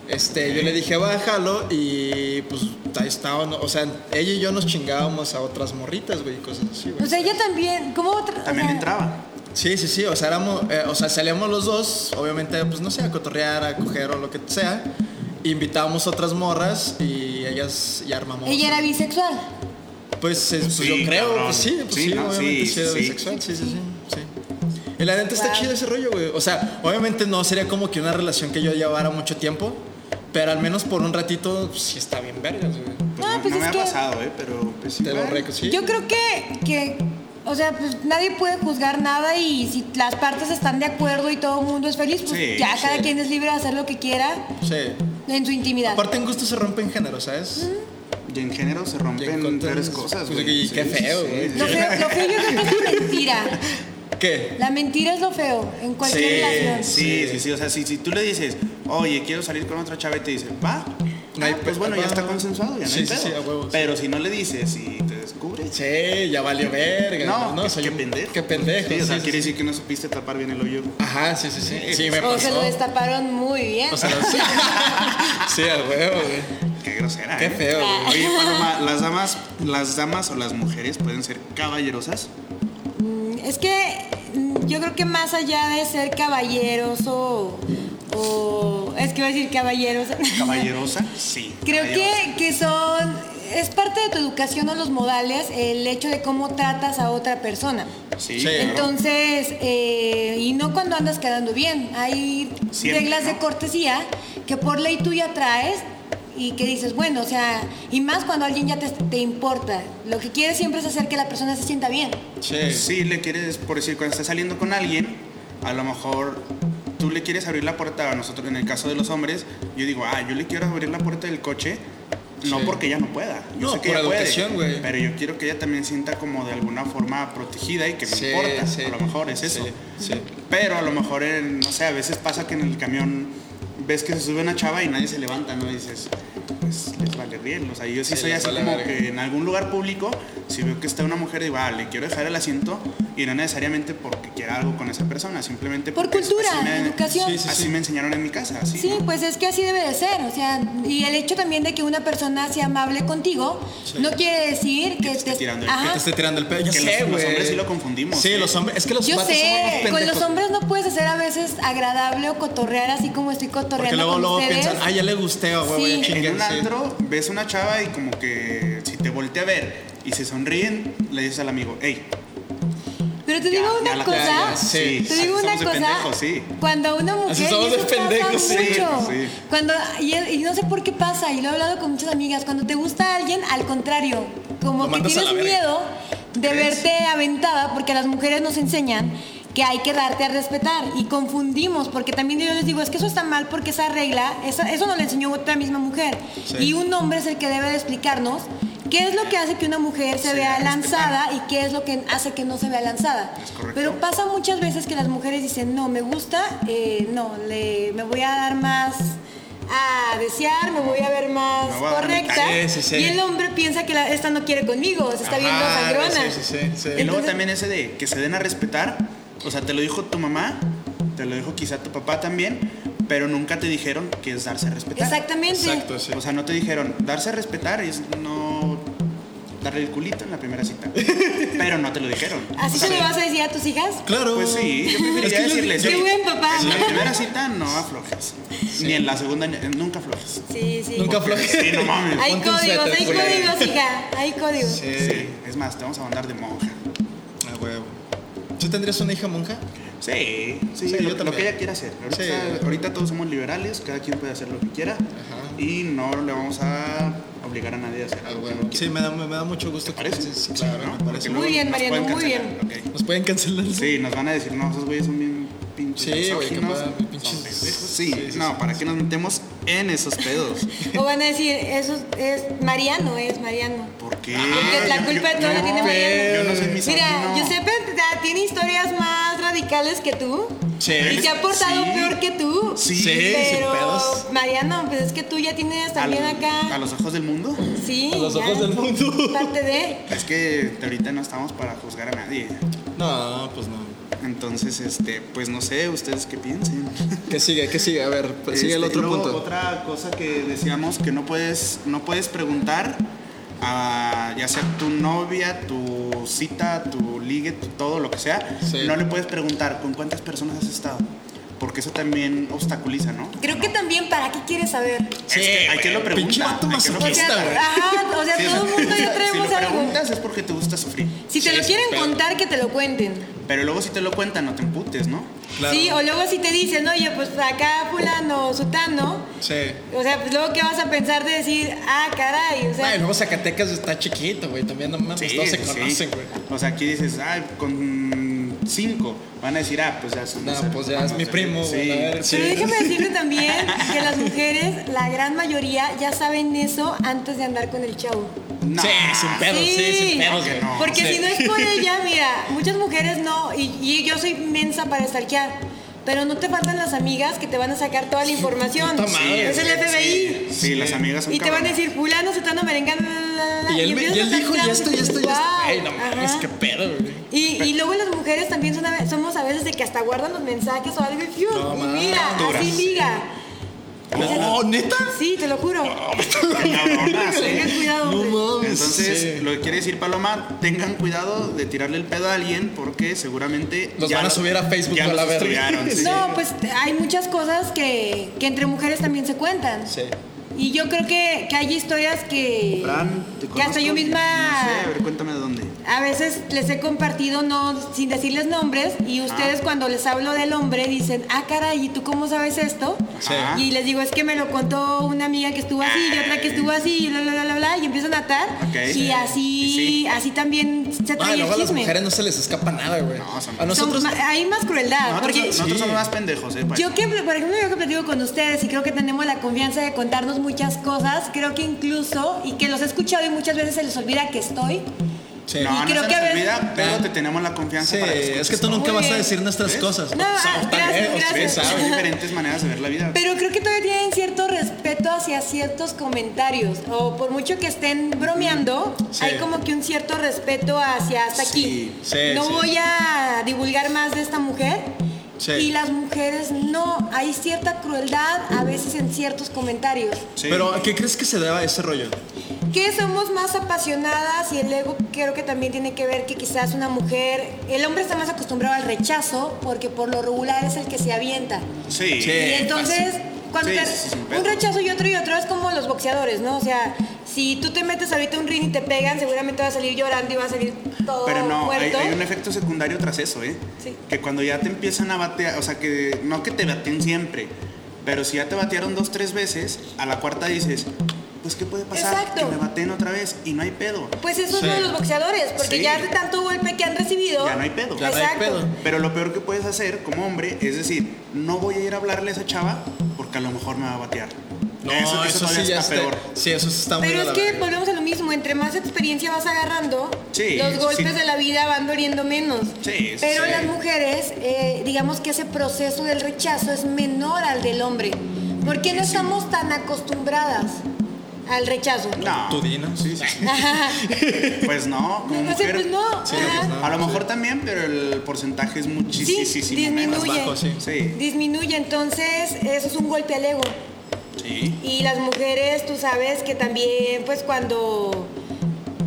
Este, yo le dije, bájalo y pues ahí estaba, ¿no? o sea, ella y yo nos chingábamos a otras morritas, güey, y cosas así, güey. O sea, ella también, ¿cómo otra? También o sea, entraba. Sí, sí, sí, o sea, éramos, eh, o sea, salíamos los dos, obviamente, pues no sé, a cotorrear, a coger o lo que sea. Invitábamos otras morras y ellas y armamos. Ella era bisexual. Pues, eh, pues, Sí, yo creo, cabrón. pues sí, pues Sí, sí, ¿no? Sí, obviamente sí, era sí. bisexual, sí, sí, sí. sí. Y la neta está Wow. chido ese rollo, güey. O sea, obviamente no sería como que una relación que yo llevara mucho tiempo, pero al menos por un ratito pues, sí está bien vergas, güey. Pues No, no, pues no es me que- ha pasado, ¿eh? Pero pues sí. Te lo bueno. reco, sí. Yo creo que, que, o sea, pues nadie puede juzgar nada y si las partes están de acuerdo y todo el mundo es feliz, pues Sí, ya sí. cada quien es libre de hacer lo que quiera Sí. en su intimidad. Aparte en gusto se rompen géneros, ¿sabes? Y en género se Y rompen encontras- tres cosas, Pues, güey. y qué feo, güey. lo, feo, lo feo yo creo que es la mentira. ¿Qué? La mentira es lo feo en cualquier Sí, relación. Sí, sí, sí. O sea, si, si tú le dices, oye, quiero salir con otra chava y te dice, va. No hay ah, pe- pues bueno, ya va. está consensuado, ya no Sí, hay sí, pedo. sí, a huevo, sí. Pero si no le dices y te descubres. Sí, ya valió verga. No, no qué, soy qué un- pendejo. Qué pendejo. Sí, o sea, sí, quiere sí. decir que no supiste tapar bien el hoyo. Ajá, sí, sí, sí. Sí, me pasó. O se lo destaparon muy bien. O sea, sí. sí, a huevo, güey. Qué grosera, Qué ¿eh? feo, güey. Oye, Paloma, las damas, las damas o las mujeres pueden ser caballerosas. Mm, Es que mm, yo creo que más allá de ser caballeros o, o- es que iba a decir caballeros. Caballerosa, sí. Creo caballerosa. que, que son, es parte de tu educación o los modales el hecho de cómo tratas a otra persona. Sí. Sí. claro. Entonces, eh, y no cuando andas quedando bien. Hay Siempre, reglas de ¿no? cortesía que por ley tú ya traes y que dices, bueno, o sea, y más cuando alguien ya te, te importa. Lo que quieres siempre es hacer que la persona se sienta bien. Sí. Si Pues le quieres, por decir, cuando estás saliendo con alguien, a lo mejor tú le quieres abrir la puerta a nosotros, en el caso de los hombres, yo digo, ah, yo le quiero abrir la puerta del coche, no Sí. porque ella no pueda. Yo No, sé que por ella educación, puede, güey. pero yo quiero que ella también sienta como de alguna forma protegida y que me Sí, importa. sí. A lo mejor es eso. Sí, sí. Pero a lo mejor, en- no sé, a veces pasa que en el camión ves que se sube una chava y nadie se levanta, ¿no? Y dices, pues les vale bien. O sea, yo sí Sí, soy les así vale como verga. que en algún lugar público, si veo que está una mujer, digo, ah, le quiero dejar el asiento y no necesariamente porque quiera algo con esa persona, simplemente Por porque es- cultura, así me- educación. Sí, sí, así me enseñaron en mi casa, así. Sí, ¿no? pues es que así debe de ser, o sea, y el hecho también de que una persona sea amable contigo Sí. no quiere decir te que, esté estés- tirando el- Ajá. Que te esté tirando el pedo. Yo Que sé, los- los güey. hombres sí lo confundimos, Sí, ¿eh? los hombres. Es que los Yo vatos somos unos sé, con pendejos. los hombres no puedes hacer a veces agradable o cotorrear así como estoy cotorreando Porque luego, con luego ustedes. piensan, ah, ya le gusté, a huevo, Sí. ya En chingué. un sí. antro ves una chava y como que si te voltea a ver y se sonríen, le dices al amigo, hey, Pero te Ya, digo ya una la- cosa, ya, ya, sí. te digo Así somos una de cosa, pendejos, sí. cuando a una mujer Así somos y de eso pendejos, sí, pasa mucho, sí. cuando y, y no sé por qué pasa y lo he hablado con muchas amigas, cuando te gusta alguien, al contrario, como Lo que mandas a la tienes verga. miedo de ¿Crees? verte aventada porque las mujeres nos enseñan que hay que darte a respetar y confundimos porque también yo les digo es que eso está mal porque esa regla esa- eso no le enseñó otra misma mujer Sí. y un hombre es el que debe de explicarnos qué es lo que hace que una mujer se Sí, vea respetar. lanzada y qué es lo que hace que no se vea lanzada. Es correcto. Pero pasa muchas veces que las mujeres dicen, no, me gusta, eh, no, le, me voy a dar más a desear, me voy a ver más Me voy a dar mi correcta. tarea, sí, sí. Y el hombre piensa que la- esta no quiere conmigo, se está viendo Ajá, sangrona. sí, sí, sí, sí. Y luego Entonces- también ese de que se den a respetar, o sea, te lo dijo tu mamá, te lo dijo quizá tu papá también, pero nunca te dijeron que es darse a respetar. Exactamente. Exacto, sí. O sea, no te dijeron, darse a respetar es no darle el culito en la primera cita. pero no te lo dijeron. ¿Así O sea, se le vas a decir a tus hijas? Claro. Pues sí, yo preferiría Es que yo- decirles. yo- "Oye, Qué buen papá". En la primera cita no aflojes. Ni en la segunda, ni- nunca aflojes. Sí, sí. Nunca aflojes. Sí, no mames. Hay Ponte un códigos, suéter, hay culera. códigos, hija, hay códigos. Sí. Sí, Eh, es más, te vamos a mandar de monja. A Ah, huevo. ¿Tú tendrías una hija monja? Sí, sí, Sí, yo lo, lo también. que ella quiera hacer. Ahorita, Sí. ahorita todos somos liberales, cada quien puede hacer lo que quiera Ajá. Ah, y no le vamos a obligar a nadie a hacer A algo que huevo. no quiera. Sí, me da, me da mucho gusto. ¿Te Ah, parece? Sí, sí, ¿no? claro, me Porque parece. luego Muy bien, nos Mariano, pueden muy bien. cancelar, ok. ¿Nos pueden cancelar? Sí, nos van a decir, no, esos güeyes son bien pinches Sí, güey, qué misóginos, padre, son pinches- pendejos. Sí, Sí, sí, no, sí, ¿para qué nos metemos en esos pedos? O van a decir, eso es Mariano, es Mariano. ¿Por qué? Porque la Yo- culpa de yo- todo la no, tiene Mariano. Yo no soy misógino. Mira, Giuseppe ta- tiene historias más radicales que tú. Sí. Y se ha portado Sí. peor que tú. Sí. Sí, sin Pero, pedos. Mariano, pues es que tú ya tienes también Al- acá. ¿A los ojos del mundo? sí. A los ya, ojos del mundo. Parte de. Es que ahorita no estamos para juzgar a nadie. No, pues no. Entonces, este, pues no sé, ustedes qué piensen. Que sigue, que sigue. A ver, pues, sigue el Este, otro luego, punto. Otra cosa que decíamos que no puedes, no puedes preguntar a ya sea tu novia, tu cita, tu ligue, tu todo lo que sea, Sí. no le puedes preguntar con cuántas personas has estado, porque eso también obstaculiza, ¿no? Creo que también, ¿para qué quieres saber? Es que hay quien lo güey, pregunta, pinche vato hay quien lo O sea, masoquista, güey. ajá, o sea, Sí, todo el mundo ya si traemos lo algo. preguntas es porque te gusta sufrir, Si te Sí, lo es quieren pedo. contar, que te lo cuenten. pero luego si te lo cuentan no te emputes, ¿no? Claro. Sí, o luego si te dicen, oye, pues acá fulano o sutano, Sí. o sea, pues luego qué vas a pensar de decir, ah, caray, o sea, Ay, luego Zacatecas está chiquito, güey. También no mames, todos se sí. conocen, güey. O sea, aquí dices, ay, con cinco. Van a decir, ah, pues ya son. No, pues ya es mi primo, Sí. güey. A ver, sí. Pero déjame decirte también que las mujeres, la gran mayoría, ya saben eso antes de andar con el chavo. No. Sí, sin pedos, sí, Sí. sin pedos, güey. No, Porque Sí. si no es por ella, mira, muchas mujeres no, y, y yo soy mensa para stalkear, pero no te faltan las amigas que te van a sacar toda la información. puta madre, es el güey, FBI. Sí, las amigas son Y te van a cabronas. decir, fulano, sutano, merengano, la, la, la, Y él, me- empiezas y él a dijo, sacar ya esto, ya esto, ya esto. wow, Ay, no mames, ajá. qué pedo, güey. Y, y luego las mujeres también son a ve- somos a veces de que hasta guardan los mensajes o algo y, fiu, No y mames. mira, Duras. así liga. No, neta. Sí, te lo juro. pues, cabronas, ¿eh? Tengan cuidado, hombre. No mames. Entonces, sí. lo que quiere decir Paloma, tengan cuidado de tirarle el pedo a alguien porque seguramente. Los ya van a subir a Facebook ya a la los verga. estudiaron, sí. No, pues hay muchas cosas que, que entre mujeres también se cuentan. Sí. Y yo creo que, que hay historias que, Fran, te que hasta conozco. yo misma No sé, a ver, cuéntame de dónde. a veces les he compartido no sin decirles nombres y ustedes cuando les hablo del hombre dicen, ah, caray, ¿y tú cómo sabes esto? Sí. Ajá. Y les digo, es que me lo contó una amiga que estuvo así y otra que estuvo así y bla, bla, bla, bla, bla, y empiezan a atar. Ok. Y Sí. así, Sí. así también se Ah, trae el luego a las chisme. mujeres no se les escapa nada, güey. No, son- a nosotros. Son ma- hay más crueldad. Nosotros, Ah, porque nosotros Sí. somos más pendejos, ¿eh? Pacho? yo que, por ejemplo, yo que platico con ustedes y creo que tenemos la confianza de contarnos muchas cosas, creo que incluso, y que los he escuchado y muchas veces se les olvida que estoy, Sí. No, no creo se que nos a veces- olvida, pero Ah. te tenemos la confianza Sí, para que es que escuches tú nunca Muy vas a bien. decir nuestras cosas. No, ah, gracias, ¿Ves? gracias. ustedes Hay saben. diferentes maneras de ver la vida. Pero creo que todavía tienen cierto respeto hacia ciertos comentarios. O por mucho que estén bromeando, Sí. hay como que un cierto respeto hacia hasta aquí. Sí, no sí. voy a divulgar más de esta mujer. Sí. Y las mujeres no. Hay cierta crueldad a veces en ciertos comentarios. Sí. Pero, ¿a qué crees que se deba a ese rollo? Que somos más apasionadas y el ego creo que también tiene que ver que quizás una mujer, el hombre está más acostumbrado al rechazo porque por lo regular es el que se avienta. Sí. Sí. Y entonces, fácil. cuando Sí, te- sí, sí, sin pedo. un rechazo y otro y otro es como los boxeadores, ¿no? O sea, si tú te metes ahorita a un ring y te pegan, seguramente vas a salir llorando y vas a salir todo Pero no, hay, muerto. hay un efecto secundario tras eso, ¿eh? Sí. Que cuando ya te empiezan a batear, o sea, que no que te baten siempre, pero si ya te batearon dos, tres veces, a la cuarta dices, pues ¿qué puede pasar? Exacto. Que me baten otra vez y no hay pedo. Pues eso Sí. es uno de los boxeadores, porque Sí. ya de tanto golpe que han recibido. Ya no hay pedo. Ya no hay Exacto. pedo. Pero lo peor que puedes hacer como hombre es decir, no voy a ir a hablarle a esa chava porque a lo mejor me va a batear. No, eso, eso, eso sí todavía ya está está. peor. Sí, eso sí está muy Pero de es la que verga. volvemos a lo mismo, entre más experiencia vas agarrando, Sí, los golpes sí. de la vida van doliendo menos. Sí, Pero sí. las mujeres, eh, digamos que ese proceso del rechazo es menor al del hombre. ¿Por qué no estamos tan acostumbradas al rechazo? No. Tú dinos. Sí, sí, sí. Ajá. Pues no, como No sé, mujer- pues no. Sí, ajá. pues no. A lo mejor también, pero el porcentaje es muchísimo Sí, menos. disminuye. bajo, sí. Sí, Disminuye, entonces eso es un golpe al ego. sí. Y las mujeres, tú sabes que también, pues cuando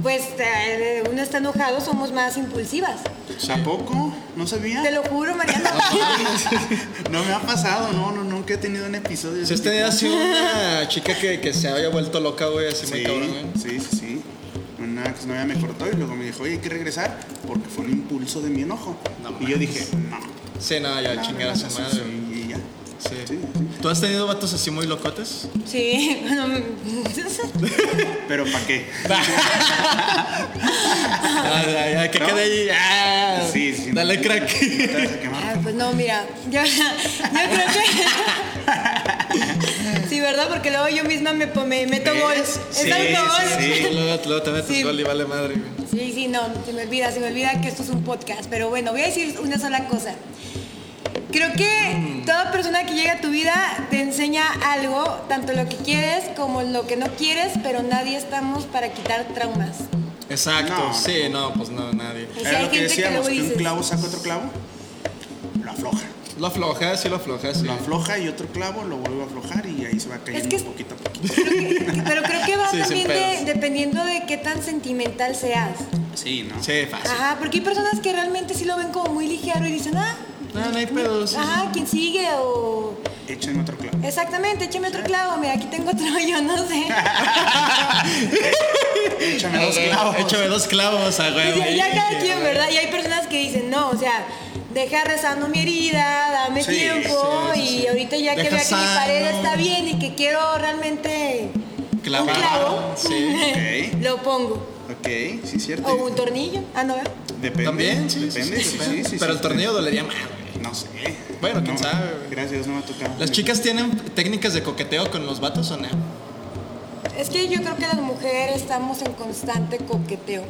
pues eh, uno está enojado, somos más impulsivas. ¿Tampoco? No sabía. Te lo juro, Mariana. No me ha pasado, no, no, nunca he tenido un episodio. de ese Si usted tipo. ha sido una chica que, que se haya vuelto loca, güey, así muy cabrón, ¿eh? Sí, güey. sí, sí, sí. Una exnovia me cortó y luego me dijo, oye, hay que regresar porque fue un impulso de mi enojo. No y yo mames. dije, no. Sí, nada, ya no, chingar a no, su sí, madre. güey. sí, y ya. Sí. Sí, ¿Tú has tenido vatos así muy locotes? sí, bueno, Pero ¿para qué? Ay, ay, ay, Ah, que ¿No? quede ahí. Ah, Sí, sí. Dale no, crack. no te vas a quemar. ah, pues no, mira, yo, yo creo que... Sí, ¿verdad? Porque luego yo misma me, po- me meto ¿Ves? gol. Sí, Exacto, sí, gol. sí. Luego, luego te metes Sí. gol y vale madre, güey. Sí, sí, no, se me olvida, se me olvida que esto es un podcast. Pero bueno, voy a decir una sola cosa. Creo que Mm. toda persona que llega a tu vida te enseña algo, tanto lo que quieres como lo que no quieres, pero nadie estamos para quitar traumas. Exacto, No, sí, no, pues no, nadie. O sea, Era Ah, hay lo que gente que decíamos, luego que, un dices- clavo saca otro clavo. afloja. Lo aflojas, sí lo aflojas. sí. Lo afloja y otro clavo lo vuelvo a aflojar y ahí se va cayendo Es que es- poquito a poquito. Pero creo que va Sí, sin también de- pedos. dependiendo de qué tan sentimental seas. Sí, ¿no? Sí, fácil. Ajá, porque hay personas que realmente sí lo ven como muy ligero y dicen, ah, No, no hay pedos. sí, ajá, ¿quién sigue? O Échenme otro clavo. exactamente, échame otro clavo, mira, aquí tengo otro, yo no sé. Échame sí. dos clavos. Échame dos clavos, a Y huevo. ya, ya ahí, cada que- quien, ¿verdad? Y hay personas que dicen, no, o sea, deja rezando mi herida, dame Sí, tiempo sí, y sí. ahorita ya que Deja vea que mi sano. pared está bien y que quiero realmente Clavar, un clavo, sí. Ok. lo pongo. Ok, sí, cierto. O un tornillo. Ah, no, ¿verdad? Depende. También, sí. sí, Depende, sí, sí, depende. sí, sí, Pero sí, el tornillo dolería más. sí. No sé. Bueno, quién No, sabe, güey. Gracias, no me ha tocado. ¿Las chicas tienen técnicas de coqueteo con los vatos o no? Es que yo creo que las mujeres estamos en constante coqueteo.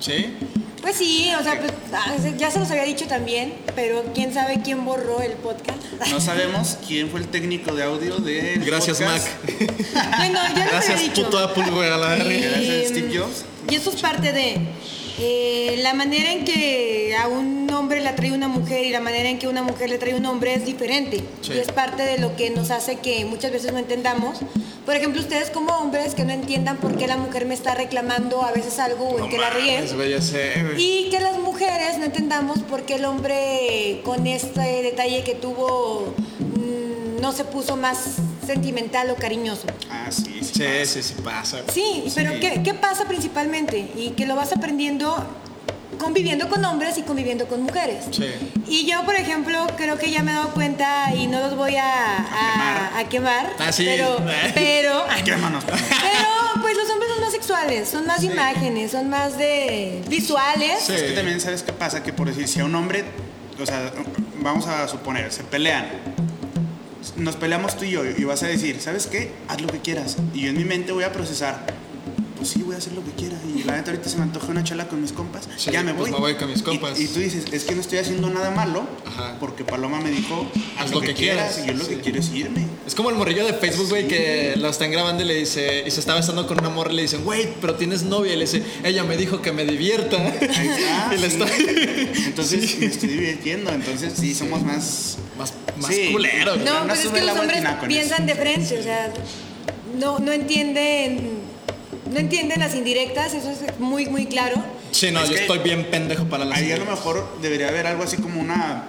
Sí. Pues sí, o sea, pues, ah, ya se los había dicho también, pero quién sabe quién borró el podcast. No sabemos quién fue el técnico de audio de. Gracias, Mac. Bueno, ya les había Gracias, dicho. Em, puto Apple, güey, a la verga. Gracias, Steve Jobs. Y eso es parte de eh, la manera en que a un hombre le atrae una mujer y la manera en que una mujer le atrae un hombre es diferente. Sí. Y es parte de lo que nos hace que muchas veces no entendamos. Por ejemplo, ustedes como hombres que no entiendan por qué la mujer me está reclamando a veces algo o en que la riegue. Es güey, ya sé, güey. Y que las mujeres no entendamos por qué el hombre con este detalle que tuvo mm, no se puso más sentimental o cariñoso. Ah, sí, sí. Sí, sí, sí pasa. güey. Sí, pero ¿qué, qué pasa principalmente? Y que lo vas aprendiendo conviviendo con hombres y conviviendo con mujeres. Sí. Y yo, por ejemplo, creo que ya me he dado cuenta y no los voy a, a- a quemar. Ah, sí. Pero, pero, Quémanos. pero, pues los hombres son más sexuales, son más de imágenes, son más de visuales. Sí. Es que también sabes qué pasa, que por decir, si a un hombre, o sea, vamos a suponer, se pelean, nos peleamos tú y yo, y vas a decir, ¿sabes qué? Haz lo que quieras. Y yo en mi mente voy a procesar, pues sí, voy a hacer lo que quiera. Y la neta ahorita se me antoja una chela con mis compas, Sí, ya me voy. pues me voy con mis Y- compas. Y, tú dices, es que no estoy haciendo nada malo, Ajá. porque Paloma me dijo, haz lo, que, quieras, y yo lo sí. que quiero es irme. Es como el morrillo de Facebook, güey, que lo están grabando y le dice, y se está besando con una morra y le dicen, güey, pero tienes novia. Y le dice, ella me dijo que me divierta. Ahí está, y le sí. está. Entonces me estoy divirtiendo, entonces sí, somos más... Más, más Sí. culero, güey. Pero No, no pues es sube que la los hombres guantina con piensan de frente, o sea, no, no entienden, no entienden las indirectas, eso es muy, muy claro. Sí, no, Es yo que- estoy bien pendejo para las Ahí a lo ideas. mejor debería haber algo así como una.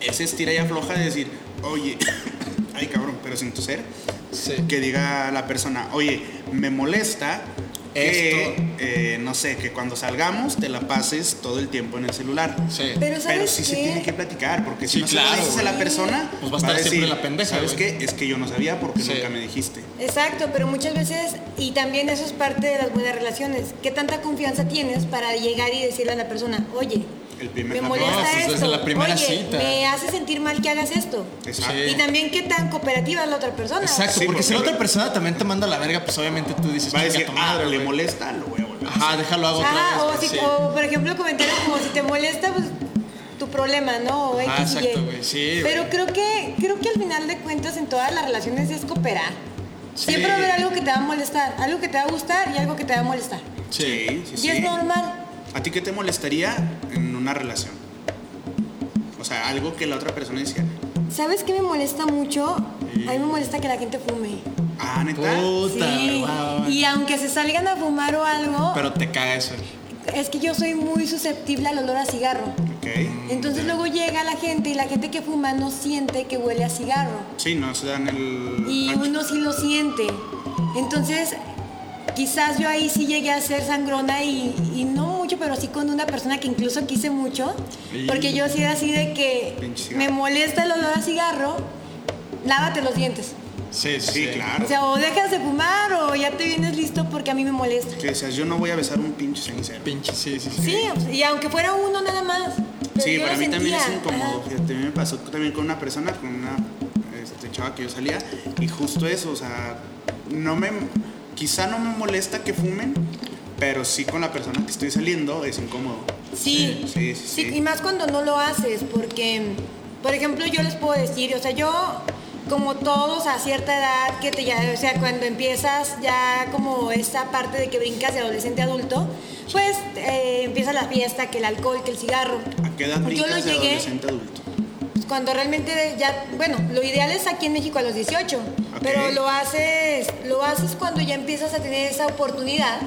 Ese estira y afloja de decir, oye, ay cabrón, pero sin tu ser. Sí. Que diga la persona, oye, me molesta que, Esto. eh, no sé, que cuando salgamos te la pases todo el tiempo en el celular. Sí. Pero Pero ¿sabes sí se qué? tiene que platicar, porque si Sí, no se claro, lo dices a la güey. persona, Pues va a estar siempre la pendeja, ¿Sabes güey". qué? Es que yo no sabía porque Sí. nunca me dijiste. Exacto, pero muchas veces, y también eso es parte de las buenas relaciones, ¿qué tanta confianza tienes para llegar y decirle a la persona, oye, El me primer molesta pues, desde esto, la primera oye, cita". me hace sentir mal que hagas esto? Exacto. Sí. Y también qué tan cooperativa es la otra persona. Exacto, Sí, porque porque- si la otra persona también te manda a la verga, pues obviamente tú dices, Va a "Chinga decir, tu ah, madre, le güey". molesta, lo voy a volver. a hacer". Ajá, déjalo hago otra Ajá, vez, Ah, o, güey, si- sí. o, por ejemplo comentarios como si te molesta, pues tu problema, ¿no? O Ajá, X y Ah, exacto, Y. güey, sí, Pero güey. creo que creo que al final de cuentas en todas las relaciones es cooperar. Sí. Siempre va a haber algo que te va a molestar, algo que te va a gustar y algo que te va a molestar. Sí, sí, y sí. es normal. ¿A ti qué te molestaría en una relación? O sea, algo que la otra persona decía. ¿Sabes qué me molesta mucho? A mí me molesta que la gente fume. Ah, neta. Oh. Puta, Sí. wow. Y aunque se salgan a fumar o algo, Pero te caga eso. es que yo soy muy susceptible al olor a cigarro. Ok. Mm, Entonces luego llega la gente y la gente que fuma no siente que huele a cigarro. Sí, no, se dan el. y Ay, uno sí lo siente. Entonces, quizás yo ahí sí llegué a ser sangrona y, y no mucho, pero sí con una persona que incluso quise mucho, porque yo sí era así de que Pinche cigarro. me molesta el olor a cigarro, lávate los dientes. Sí, sí, Sí, sí. claro. O sea, o dejas de fumar o ya te vienes listo porque a mí me molesta. Que decías, yo no voy a besar un pinche cenicero. Pinche, sí, sí, sí. Sí, y aunque fuera uno nada más. pero Sí, yo para lo mí también es sentía. incómodo. Ajá. Fíjate, a mí me pasó también con una persona, con una este, chava que yo salía, y justo eso, o sea, no me. Quizá no me molesta que fumen, pero sí con la persona que estoy saliendo es incómodo. Sí, Sí, sí, sí. Y más cuando no lo haces, porque, por ejemplo, yo les puedo decir, o sea, yo, como todos a cierta edad, que te ya, o sea, cuando empiezas ya como esta parte de que brincas de adolescente a adulto, pues eh, empieza la fiesta, que el alcohol, que el cigarro. ¿A qué edad Yo lo brincas de llegué, adolescente a adulto? Cuando realmente ya, bueno, lo ideal es aquí en México a los 18, pero lo haces, lo haces cuando ya empiezas a tener esa oportunidad.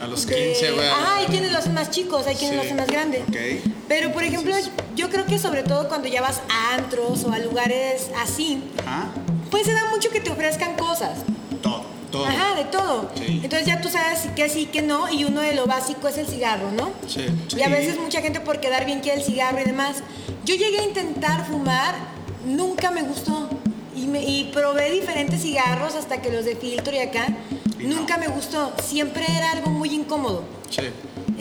A los de- 15, güey. Ajá, hay quienes lo hacen más chicos, hay quienes Sí. lo hacen más grande. Ok. Pero por ejemplo, yo creo que sobre todo cuando ya vas a antros o a lugares así, Ah, pues se da mucho que te ofrezcan cosas. todo. Todo. Ajá, de todo. Sí. Entonces ya tú sabes que sí, que no, y uno de lo básico es el cigarro, ¿no? Sí. Y a veces mucha gente por quedar bien quiere el cigarro y demás. Yo llegué a intentar fumar, nunca me gustó. Y, me- y probé diferentes cigarros hasta que los de filtro y acá. Y no. nunca me gustó. Siempre era algo muy incómodo. Sí.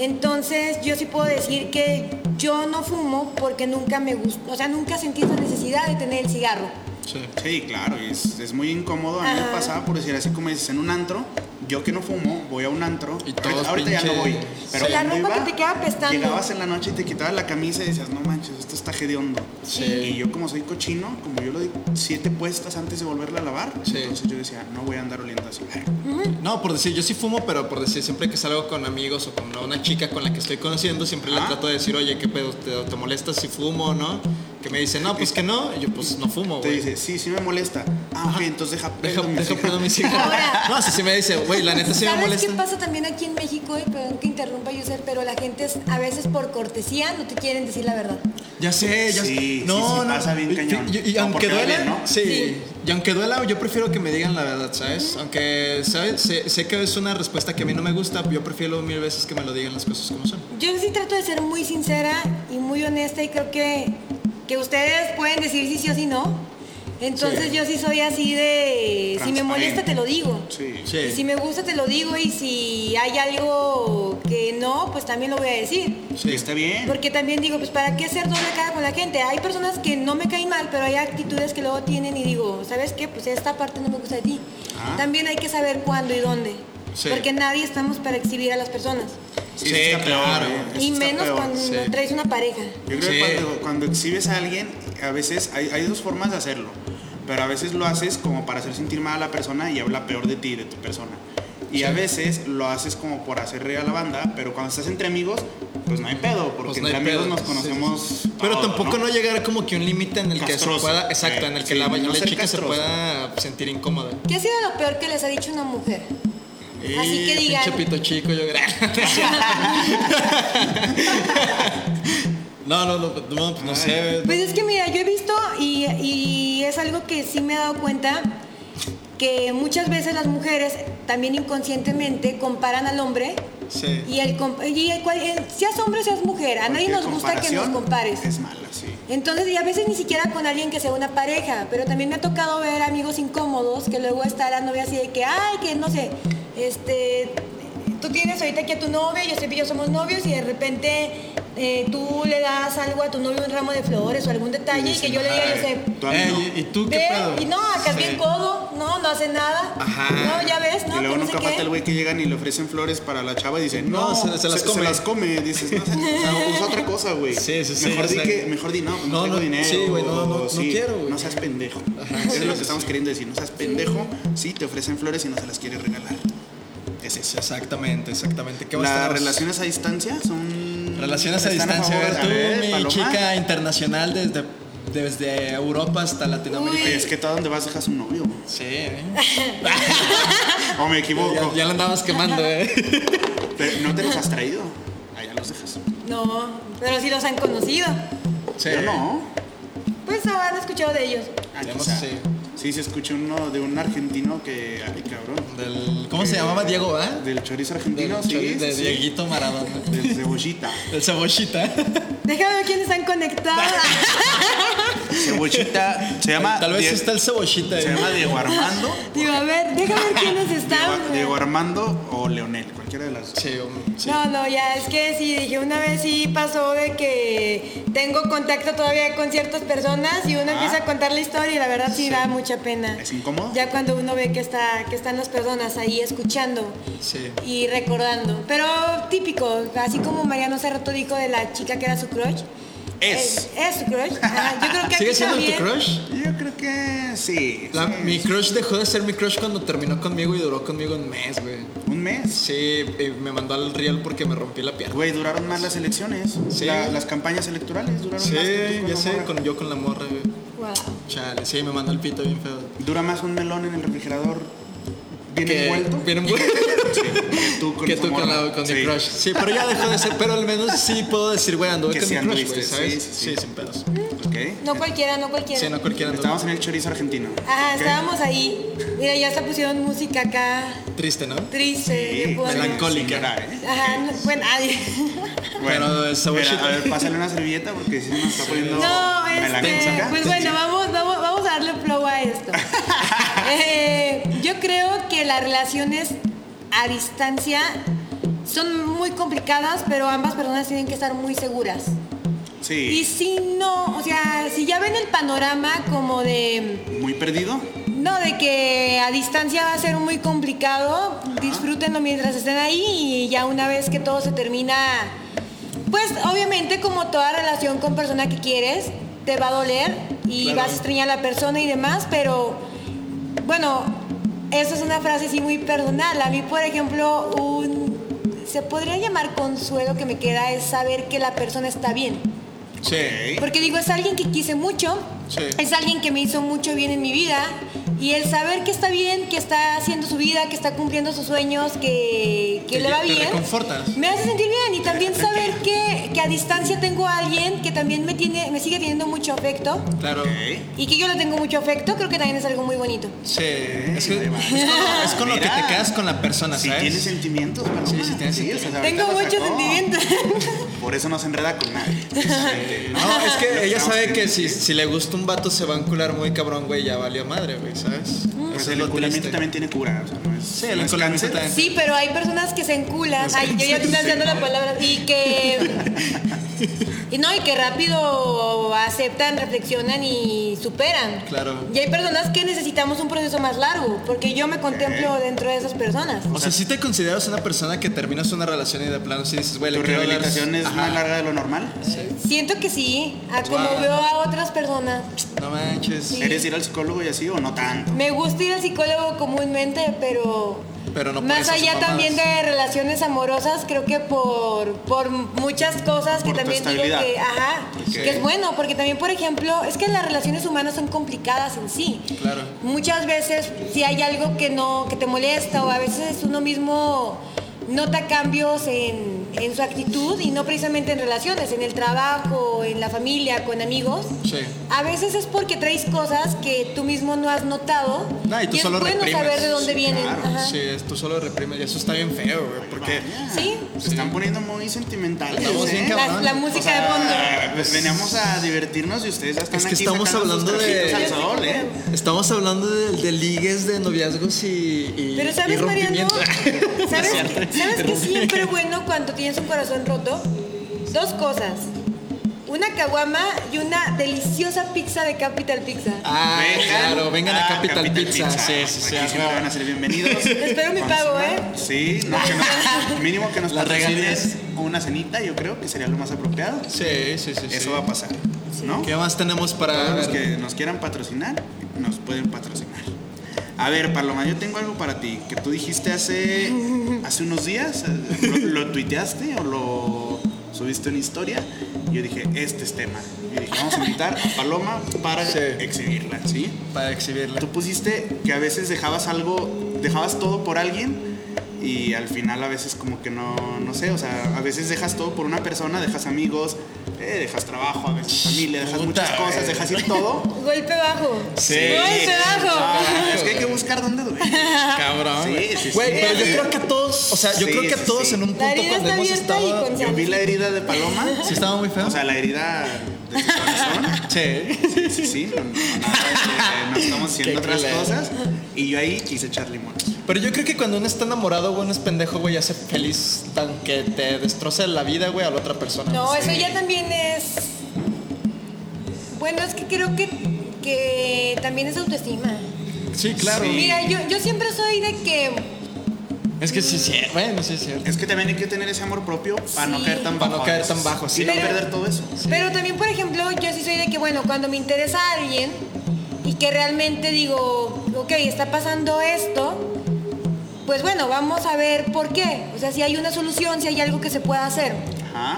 Entonces yo sí puedo decir que yo no fumo porque nunca me gustó. O sea, nunca sentí esa necesidad de tener el cigarro. Sí. Sí, claro, y es, es muy incómodo. A mí me Ajá. pasaba por decir así como dices, en un antro, yo que no fumo, voy a un antro. Y ahorita todos ahorita ya no pinche- voy. Pero Sí. La cuando ropa iba, que te queda apestando. Llegabas en la noche y te quitabas la camisa y decías, no manches, esto está hediondo. Sí. Y yo como soy cochino, como yo lo di siete puestas antes de volverla a lavar, Sí. entonces yo decía, no voy a andar oliendo así. No, por decir, yo sí fumo, pero por decir, siempre que salgo con amigos o con una chica con la que estoy conociendo, siempre le Ah. trato de decir, oye, ¿qué pedo? ¿Te, te molestas si fumo o no? Que me dice, no, pues que no. Y yo, pues no fumo, Te güey. dice, sí, sí me molesta. Ah, ok, entonces deja Deja, prendo mi deja cigarro". pedo mi cigarro. Ahora- No, si sí me dice, güey, la neta sí me ¿Sabes qué molesta. pasa también aquí en México? Y perdón que interrumpa, Yusef, pero la gente es- a veces por cortesía no te quieren decir la verdad. Ya sé, ya Sí, sé. sí, sí pasa bien Y- cañón. Y, y No, aunque porque duela, duele, ¿no? sí. Sí. Y aunque duela, yo prefiero que me digan la verdad, ¿sabes? Aunque ¿sabes? Sé, sé que es una respuesta que a mí no me gusta, yo prefiero mil veces que me lo digan las cosas como son. Yo sí trato de ser muy sincera y muy honesta y creo que, que ustedes pueden decir si sí o si no. Entonces Sí. yo sí soy así de, si me Transparente. molesta te lo digo. Sí. Sí. Y Si me gusta te lo digo y si hay algo que no, pues también lo voy a decir. Sí, está bien. Porque también digo, pues ¿para qué ser doble cara con la gente? Hay personas que no me caen mal, pero hay actitudes que luego tienen y digo, ¿sabes qué? Pues esta parte no me gusta de ti. Ah. También hay que saber cuándo y dónde. Sí. Porque nadie estamos para exhibir a las personas. Sí, está peor, ¿eh? Eso y está menos peor. cuando sí. traes una pareja. Yo creo que Sí. cuando, cuando exhibes a alguien, a veces hay, hay dos formas de hacerlo, pero a veces lo haces como para hacer sentir mal a la persona y habla peor de ti, de tu persona. Y a veces lo haces como por hacer reír a la banda, pero cuando estás entre amigos, pues no hay pedo, porque Pues no hay entre amigos pedo, nos sí, sí, sí. conocemos. Pero todo, tampoco ¿no? llegar como que un límite en el que se Castroso. pueda, exacto, Eh, en el que sí, la, no la ser chica se castroso. pueda sentir incómoda. ¿Qué ha sido lo peor que les ha dicho una mujer? Así que Y digan- Pinche pito chico, yo. no, no, no, no, pues no sé. Pues es que mira, yo he visto y, y es algo que sí me he dado cuenta, que muchas veces las mujeres también inconscientemente comparan al hombre Sí. y el, com- y el cual- el- seas hombre o seas mujer, a nadie Cualquier nos gusta que nos comparación compares. Es mala, sí. Entonces, y a veces ni siquiera con alguien que sea una pareja, pero también me ha tocado ver amigos incómodos que luego está la novia así de que, ay, que no sé, este, tú tienes ahorita aquí a tu novia, yo sé que yo somos novios y de repente eh, tú le das algo a tu novio, un ramo de flores o algún detalle y que yo le diga, yo sé, tú a mí Eh, no. ¿y- ¿Y tú qué ve, pedo? y no, acá es Sí. bien codo, no, no hace nada, Ajá. no, ya ves, no, y luego que no sé nunca qué". falta el güey que llegan y le ofrecen flores para la chava y dicen, no, No, se- se las come". come. Dices, no, o sea, usa otra cosa, güey. Sí, sí, sí, Mejor ya di sé. que, mejor di, no, no, No, tengo no, dinero. sí, güey, no, o no, no sí, quiero, güey. No seas pendejo. Ajá, Eso sí, es lo que sí, estamos queriendo decir, no seas pendejo. Sí, te ofrecen flores y no se las quieres regalar. Es eso. Exactamente, exactamente. ¿Qué más Las tenemos? relaciones a distancia son... Relaciones a están distancia. favor- a a ver, ver, tú, mi Paloma. chica internacional desde, desde Europa hasta Latinoamérica. Oye, es que tú a dónde vas dejas un novio. Sí, ¿eh? O me equivoco. ya, ya lo andabas quemando, ¿eh? Pero no te los has traído. Allá los dejas. No, pero sí los han conocido, Sí. Yo no. pues ahora han escuchado de ellos. Ah, Tenemos, quizá. sí. Sí, se escucha uno de un argentino que. Ay, cabrón. Del, ¿Cómo se llamaba Diego, va? Del chorizo Del argentino, sí. chori- de sí. Dieguito Maradona. Del cebollita. Del cebollita. Déjame ver quiénes están conectados. Cebollita. Se llama. Tal vez Die- está el cebollita. Se ¿eh? llama Diego Armando. Digo, a ver, déjame ver quiénes están. Diego, güey. Diego Armando o Leonel, cualquiera de las. Sí, hombre, sí. No, no, ya es que sí, dije una vez sí pasó de que tengo contacto todavía con ciertas personas y uno Ah. empieza a contar la historia y la verdad sí, da mucha pena. ¿Es incómodo? Ya cuando uno ve que está, que están las personas ahí escuchando Sí. y recordando. Pero típico, así como Mariano hace rato dijo de la chica que era su crush. Es. Eh, Es tu crush. Ajá, yo creo que ¿Sigue aquí siendo tu también- crush? Yo creo que sí. La- sí. mi crush dejó de ser mi crush cuando terminó conmigo y duró conmigo un mes, güey. Un mes. Sí, y me mandó al real porque me rompí la pierna. Güey, duraron más las elecciones. Sí. La- las campañas electorales duraron Sí, más. que tú con ya la sé, morra. con, yo con la morra, güey. Wow. Chale, sí, me mandó el pito bien feo. Dura más un melón en el refrigerador bien Que- envuelto bien envuelto. que tú con, que esa tú con, morra. la- con mi Sí. crush. Sí, pero ya dejó de ser, pero al menos sí puedo decir, güey, anduve Que con sí mi crush, anduviste, güey, ¿sabes? Sí, sí, sí, sí. sin pedos. Ok. No cualquiera, no cualquiera. Sí, no cualquiera anduvo. Estábamos en el chorizo argentino. Ajá, Ok. Ah, estábamos ahí. Mira, ya hasta pusieron música acá, Triste, ¿no? triste. Sí, bien bueno, bonita. melancólica. señora, ¿eh? Ajá, no, bueno, ay. Pero es espera, saborcito. a ver, pásale una servilleta porque si nos está poniendo No, este, melancólica. pues bueno, vamos, vamos, vamos a darle flow a esto. Eh, yo creo que las relaciones a distancia son muy complicadas, pero ambas personas tienen que estar muy seguras. Y Sí. si no, o sea, si ya ven el panorama como de... Muy perdido. No, de que a distancia va a ser muy complicado. Disfrútenlo mientras estén ahí y ya una vez que todo se termina, pues obviamente como toda relación con persona que quieres, te va a doler y Claro. vas a extrañar a la persona y demás, pero bueno, eso es una frase así muy personal. A mí, por ejemplo, un... Se podría llamar consuelo que me queda es saber que la persona está bien. Sí. Porque digo, es alguien que quise mucho, Sí. es alguien que me hizo mucho bien en mi vida. Y el saber que está bien, que está haciendo su vida, que está cumpliendo sus sueños, que, que Te- le va te bien. reconfortas. Me hace sentir bien. Y también saber que, que a distancia tengo a alguien que también me, tiene, me sigue teniendo mucho afecto. Claro. Ok. Y que yo le tengo mucho afecto, creo que también es algo muy bonito. Sí. Es, que- ahí va. es con, lo- es con lo que Mira. te quedas con la persona, Si ¿sabes? tienes sentimientos, Paloma. Sí, o sí tienes sea, sentimientos. ahorita Tengo lo muchos sacó. sentimientos. Por eso no se enreda con nadie. Exactamente. No, es que ella sabe que si, si le gusta un vato se va a encular muy cabrón, güey, ya valió madre, güey, ¿sabes? Pues Eso es el lo enculamiento triste. también tiene cura. O sea, no es, Sí, el no es enculamiento cáncer. también. Sí, pero hay personas que se enculan. Es que Ay, yo ya se estoy lanzando la palabra. Y que. Y no, y que rápido aceptan, reflexionan y superan. Claro. Y hay personas que necesitamos un proceso más largo, porque yo me contemplo dentro de esas personas. O sea, si te consideras una persona que terminas una relación y de plano si dices, güey, le ¿Tu quiero dar- rehabilitación es Ajá. más larga de lo normal? Siento que sí, a como Wow. veo a otras personas. No manches. Sí. ¿Eres ir al psicólogo y así o no tanto? Me gusta ir al psicólogo comúnmente, pero. Pero no por Más esas allá mamadas. también de relaciones amorosas, creo que por, por muchas cosas Por que tu también digo estabilidad. que, ajá, Ok. que es bueno, porque también, por ejemplo, es que las relaciones humanas son complicadas en sí. Claro. Muchas veces si hay algo que no que te molesta o a veces uno mismo nota cambios en, en su actitud y no precisamente en relaciones, en el trabajo, en la familia, con amigos. Sí. A veces es porque traes cosas que tú mismo no has notado. No, Ah, y tú es solo bueno reprimes. saber de dónde Sí, vienen. claro, ajá. Sí, es- tú solo reprimes y eso está bien feo, güey, porque... Vaya, Sí. Se están poniendo muy sentimentales. Estamos bien ¿eh? cabrón. La, la música de fondo. Ah, pues veníamos a divertirnos y ustedes ya están Es que aquí estamos sacando sus hablando de- trapitos al sol, ¿eh? Estamos hablando de, de ligues, de noviazgos y, y- Pero y sabes, Mariano, rompimiento. ¿sabes, No es que- cierto. ¿sabes que siempre es bueno cuando tienes un corazón roto? Dos cosas. Una caguama y una deliciosa pizza de Capital Pizza. Ah, claro, vengan a Ah, Capital, Pizza. Sí, sí, Aquí sí. ah, siempre van a ser bienvenidos. Espero mi Con pago, su- ¿eh? Sí, no, que nos- mínimo que nos Las patrocines regalías. una cenita, yo creo que sería lo más apropiado. Sí, sí, sí. sí. Eso va a pasar, ¿no? ¿Qué más tenemos para Todos los ver? que nos quieran patrocinar, nos pueden patrocinar. A ver, Paloma, yo tengo algo para ti que tú dijiste hace, hace unos días. eh, ¿Lo, lo tuiteaste o lo subiste en historia? Y yo dije, este es tema. Y dije, vamos a invitar a Paloma para Sí. exhibirla, ¿sí? para exhibirla? Tú pusiste que a veces dejabas algo, dejabas todo por alguien y al final a veces como que no, no sé, o sea, a veces dejas todo por una persona, dejas amigos, eh, dejas trabajo, a veces familia, dejas Puta, muchas cosas, eh. dejas ir todo. Golpe bajo. Sí. Golpe bajo. Ah, es que hay que buscar dónde duele. Cabrón. Sí, güey. sí, sí. Güey, pero yo creo que todos, o sea, yo Sí, creo que sí, todos sí. en un La punto herida cuando está hemos abierta y estado. con Yo vi la herida de Paloma, Sí, estaba muy feo. o sea, la herida de su corazón. sí. Sí, sí, sí, no, no, nada, eh, no estamos haciendo Qué otras culero. cosas. Y yo ahí quise echar limón. Pero yo creo que cuando uno está enamorado, güey, uno es pendejo, güey, hace feliz, aunque te destroce la vida, güey, a la otra persona. No, Sí. eso ya también es. Bueno, es que creo que, que también es autoestima. Sí, claro. Sí. Mira, yo, yo siempre soy de que Es que sí, sí, bueno, sí es cierto. Es que también hay que tener ese amor propio para no Sí. caer tan Para bajo. no a caer veces. tan bajo, sí. Y no Pero- perder todo eso. Pero también, por ejemplo, yo sí soy de que, bueno, cuando me interesa a alguien y que realmente digo, ok, está pasando esto, pues bueno, vamos a ver por qué. O sea, si hay una solución, si hay algo que se pueda hacer. Ajá.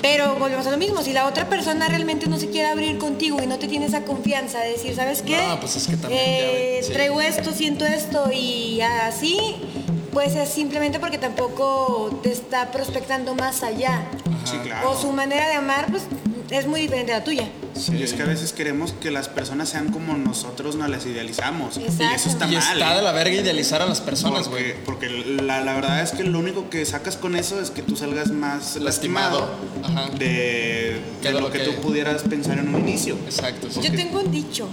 Pero volvemos a lo mismo, si la otra persona realmente no se quiere abrir contigo y no te tiene esa confianza de decir, ¿sabes qué? No, pues es que también Eh, ya, sí. Traigo esto, siento esto y así, pues es simplemente porque tampoco te está prospectando más allá. Sí, claro. O su manera de amar, pues es muy diferente a la tuya. Sí. Y es que a veces queremos que las personas sean como nosotros nos las idealizamos. Y eso Exacto. está y mal. está de la verga idealizar a las personas, porque güey. porque la, la verdad es que lo único que sacas con eso es que tú salgas más Lastimado. lastimado, Ajá. de, de Que de lo lo que, que- tú pudieras pensar en un inicio. Exacto. sí. Yo tengo un dicho,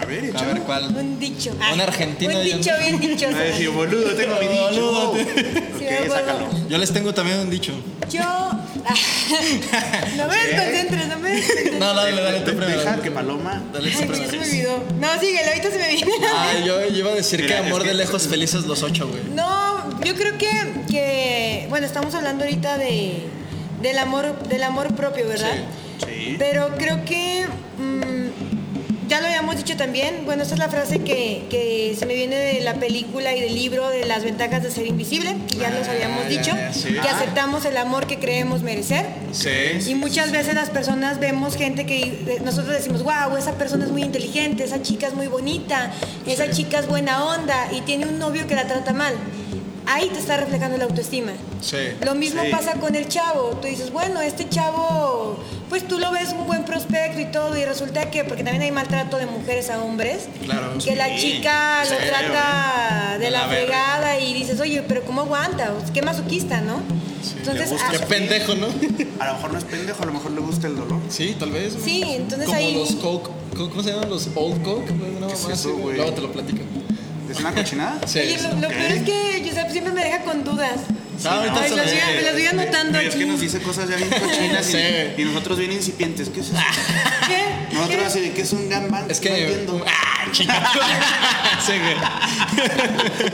A ver, A échalo. ver cuál. un dicho. Ah, Un argentino Un y un- dicho bien dichoso. Va a decir, boludo, tengo mi dicho. Boludo, Sí, me ok, acuerdo. sácalo. Yo les tengo también un dicho. Yo... ah, no me desconcentres, no me desconcentres. No, dale, dale, tú De- primero. Deja que Paloma. Dale tú Ay, ya se me primero. olvidó. No, síguelo, ahorita se me viene. Ah, yo, yo iba a decir Mira, que es amor que- de lejos felices los ocho, güey. No, yo creo que, que, bueno, estamos hablando ahorita de, del, amor, del amor propio, ¿verdad? Sí. Pero creo que, mm, ya lo habíamos dicho también, bueno, esta es la frase que, que se me viene de la película y del libro de las ventajas de ser invisible, que ya los habíamos Ah, ya, dicho, ya, sí. que Ah. aceptamos el amor que creemos merecer. Sí. Y muchas veces las personas vemos gente que de- nosotros decimos, wow, esa persona es muy inteligente, esa chica es muy bonita, esa chica es buena onda y tiene un novio que la trata mal. Ahí te está reflejando la autoestima. Sí. Lo mismo Sí. pasa con el chavo. Tú dices, bueno, este chavo, pues tú lo ves un buen prospecto y todo, y resulta que, porque también hay maltrato de mujeres a hombres, Claro. que la Sí. chica lo Sí, trata güey. de A la la verga. fregada y dices, oye, pero ¿cómo aguanta? O sea, Qué masoquista, ¿no? le gusta ah, Qué pendejo, ¿no? A lo mejor no es pendejo, a lo mejor le gusta el dolor. Sí, tal vez. güey. Sí, entonces Como ahí- los Coke. co- ¿Cómo se llaman los Old Coke? güey? Una ¿Qué es mamá así, eso, güey. güey? Luego te lo platico. ¿Es una cochinada? Sí. Oye, lo, Ok. lo Ah, peor es que Josep siempre me deja con dudas. No, ahorita Ay, se las lo- voy a- me las voy anotando Güey, Es que aquí. nos dice cosas ya bien cochinas Sí, güey. y, y nosotros bien incipientes. ¿Qué es eso? ¿Qué? Nosotros ¿Qué? así de que es un gambán. Es que. No entiendo. ¡Ah, chica! sí, güey.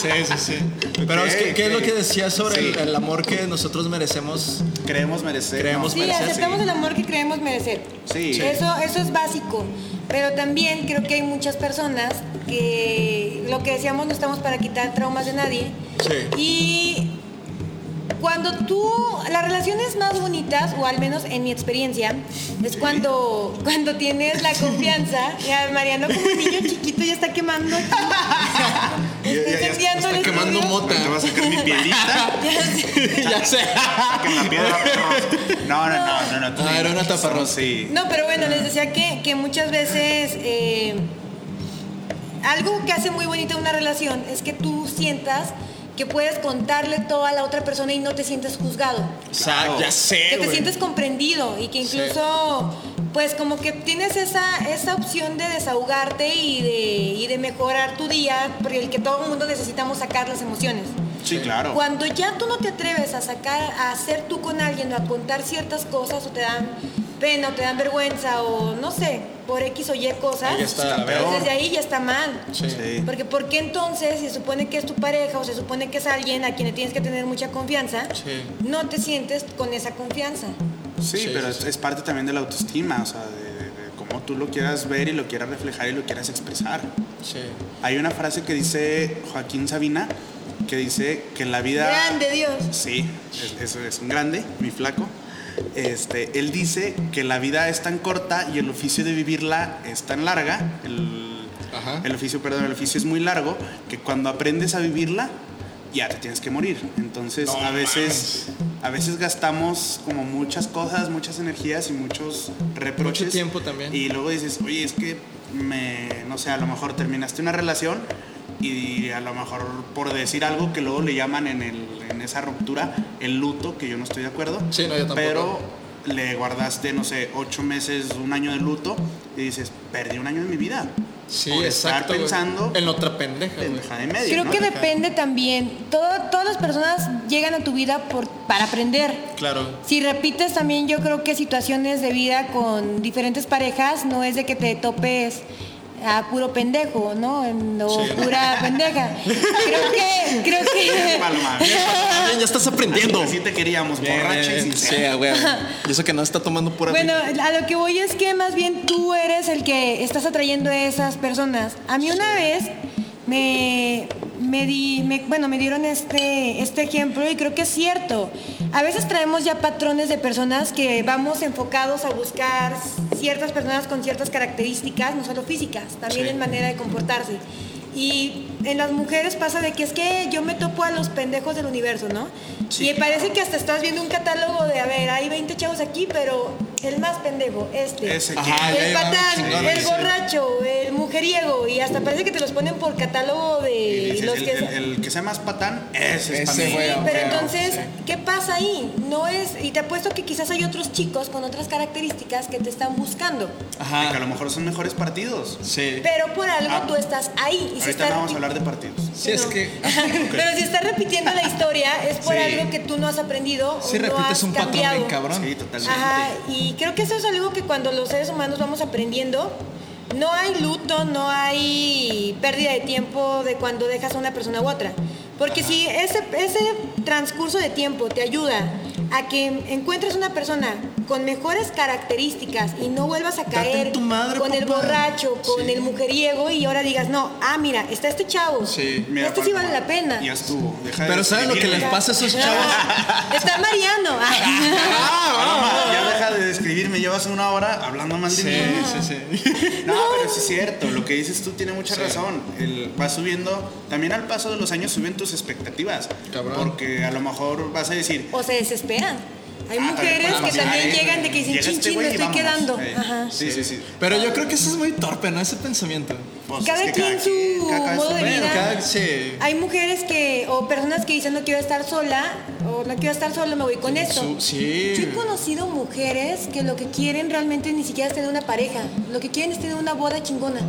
Sí, sí, sí. Pero Ok, es que, ¿qué es ok. lo que decías sobre Sí. el, el amor que nosotros merecemos? Creemos merecer. Creemos Sí, merecer, aceptamos sí. el amor que creemos merecer. Sí. Sí. Eso, eso es básico. Pero también creo que hay muchas personas que lo que decíamos no estamos para quitar traumas de nadie. Sí. Y cuando tú, las relaciones más bonitas, o al menos en mi experiencia, es cuando, cuando tienes la confianza. Ya, Mariano como niño chiquito ya está quemando. aquí. Ya- ya- ya Incendiando el está quemando estudio. mota. Te voy a sacar mi pielita. Ya sé. ya sé. Saquen la piedra, perros. No, no, no, no. no tú Ah, era una taparrosa. Sí. No, pero bueno, les decía que, que muchas veces eh, algo que hace muy bonita una relación es que tú sientas que puedes contarle todo a la otra persona y no te sientes juzgado. Exacto, ya sé. Que te güey. sientes comprendido y que Sí. incluso, pues como que tienes esa, esa opción de desahogarte y de, y de mejorar tu día, porque el que todo el mundo necesitamos sacar las emociones. Sí, claro. Cuando ya tú no te atreves a sacar, a hacer tú con alguien o a contar ciertas cosas o te dan pena o te dan vergüenza o no sé, por X o Y cosas, Ahí está, la peor. entonces de ahí ya está mal. Sí. Sí. Porque ¿por qué entonces, si se supone que es tu pareja o se supone que es alguien a quien le tienes que tener mucha confianza, Sí. no te sientes con esa confianza? Sí, Sí, pero sí, es, es parte también de la autoestima, o sea, de, de- de cómo tú lo quieras ver y lo quieras reflejar y lo quieras expresar. Sí. Hay una frase que dice Joaquín Sabina, que dice que la vida... Grande Dios. Sí, es, es- es un grande, mi flaco. Este, él dice que la vida es tan corta y el oficio de vivirla es tan larga. El, Ajá. el oficio, perdón, el oficio es muy largo que cuando aprendes a vivirla ya te tienes que morir. Entonces No a veces, a veces gastamos como muchas cosas, muchas energías y muchos reproches. Mucho tiempo también. Y luego dices, oye, es que me, no sé, a lo mejor terminaste una relación y a lo mejor por decir algo que luego le llaman en, el, en esa ruptura el luto, que yo no estoy de acuerdo. Sí, no, yo tampoco. Pero le guardaste, no sé, ocho meses, un año de luto y dices, perdí un año de mi vida. Sí, por exacto. Estar güey. pensando en otra pendeja. güey. pendeja de medio. Creo ¿no? que depende también. Todo- todas las personas llegan a tu vida por, para aprender. Claro. Si repites también yo creo que situaciones de vida con diferentes parejas no es de que te topes a puro pendejo, ¿no? En- O pura pendeja. Creo que, creo que. Paloma. Bien, ya estás aprendiendo. Así te queríamos, borracha y sincera. Sí, a huevo. Y eso que no está tomando pura. Bueno, a lo que voy es que más bien tú eres el que estás atrayendo a esas personas. A mí una vez me, me di, me- bueno, me dieron este, este ejemplo y creo que es cierto. A veces traemos ya patrones de personas que vamos enfocados a buscar ciertas personas con ciertas características, no solo físicas, también en manera de comportarse. Y en las mujeres pasa de que es que yo me topo a los pendejos del universo, ¿no? Y parece que hasta estás viendo un catálogo de, a ver, hay 20 chavos aquí, pero el más pendejo, este. Ese que- Ajá, ya El llevamos patán, chingón, el sí. borracho, el mujeriego, y hasta parece que te los ponen por y catálogo de dices, los el, que... el- el que sea más patán, ese es Ese, patán. güey. Sí, Bueno, pero bueno, entonces, sí. ¿qué pasa ahí? No es, y te apuesto que quizás hay otros chicos con otras características que te están buscando, Que a Ajá. lo mejor son mejores partidos. Sí. pero por algo Ah. tú estás ahí. Y si Ahorita estás- no vamos a hablar de partidos. Sí, es que. Pero si estás repitiendo la historia, es por Sí. algo que tú no has aprendido. o Sí, no has repites un patrón cambiado. bien cabrón. Sí, totalmente. Ajá, y creo que eso es algo que cuando los seres humanos vamos aprendiendo, no hay luto, no hay pérdida de tiempo de cuando dejas a una persona u otra. Porque si ese, ese transcurso de tiempo te ayuda a que encuentres una persona con mejores características y no vuelvas a Date en caer tu madre, con el papá. borracho, con Sí. el mujeriego y ahora digas, no, ah, mira, está este chavo. Sí. Mira, este sí vale Paloma, la pena. Ya estuvo. Deja de Pero ¿saben lo que les describirme. pasa a esos chavos? Está Mariano. Ah, Paloma, Ah. ya deja de describirme. Llevas una hora hablando mal de Sí, mí. sí, sí. No, pero sí es cierto, lo que dices tú tiene mucha razón. El, vas subiendo, también al paso de los años suben tus expectativas. Cabrón. Porque a lo mejor vas a decir, o se desesperan. Hay Ah, mujeres también que pasa, también ¿eh? llegan de que dicen, Llega chin, este chin, güey me y estoy vámonos". quedando. Eh, Ajá. Sí, sí, sí. Pero yo creo que eso es muy torpe, ¿no? Ese pensamiento. Pues, Cada es que quien su cada cabeza modo de su- Bueno, Mira. cada. Sí. Hay mujeres que, o personas que dicen, no quiero estar sola, o no quiero estar solo, me voy con esto. Su- sí. Yo he conocido mujeres que lo que quieren realmente ni siquiera es tener una pareja, lo que quieren es tener una boda chingona.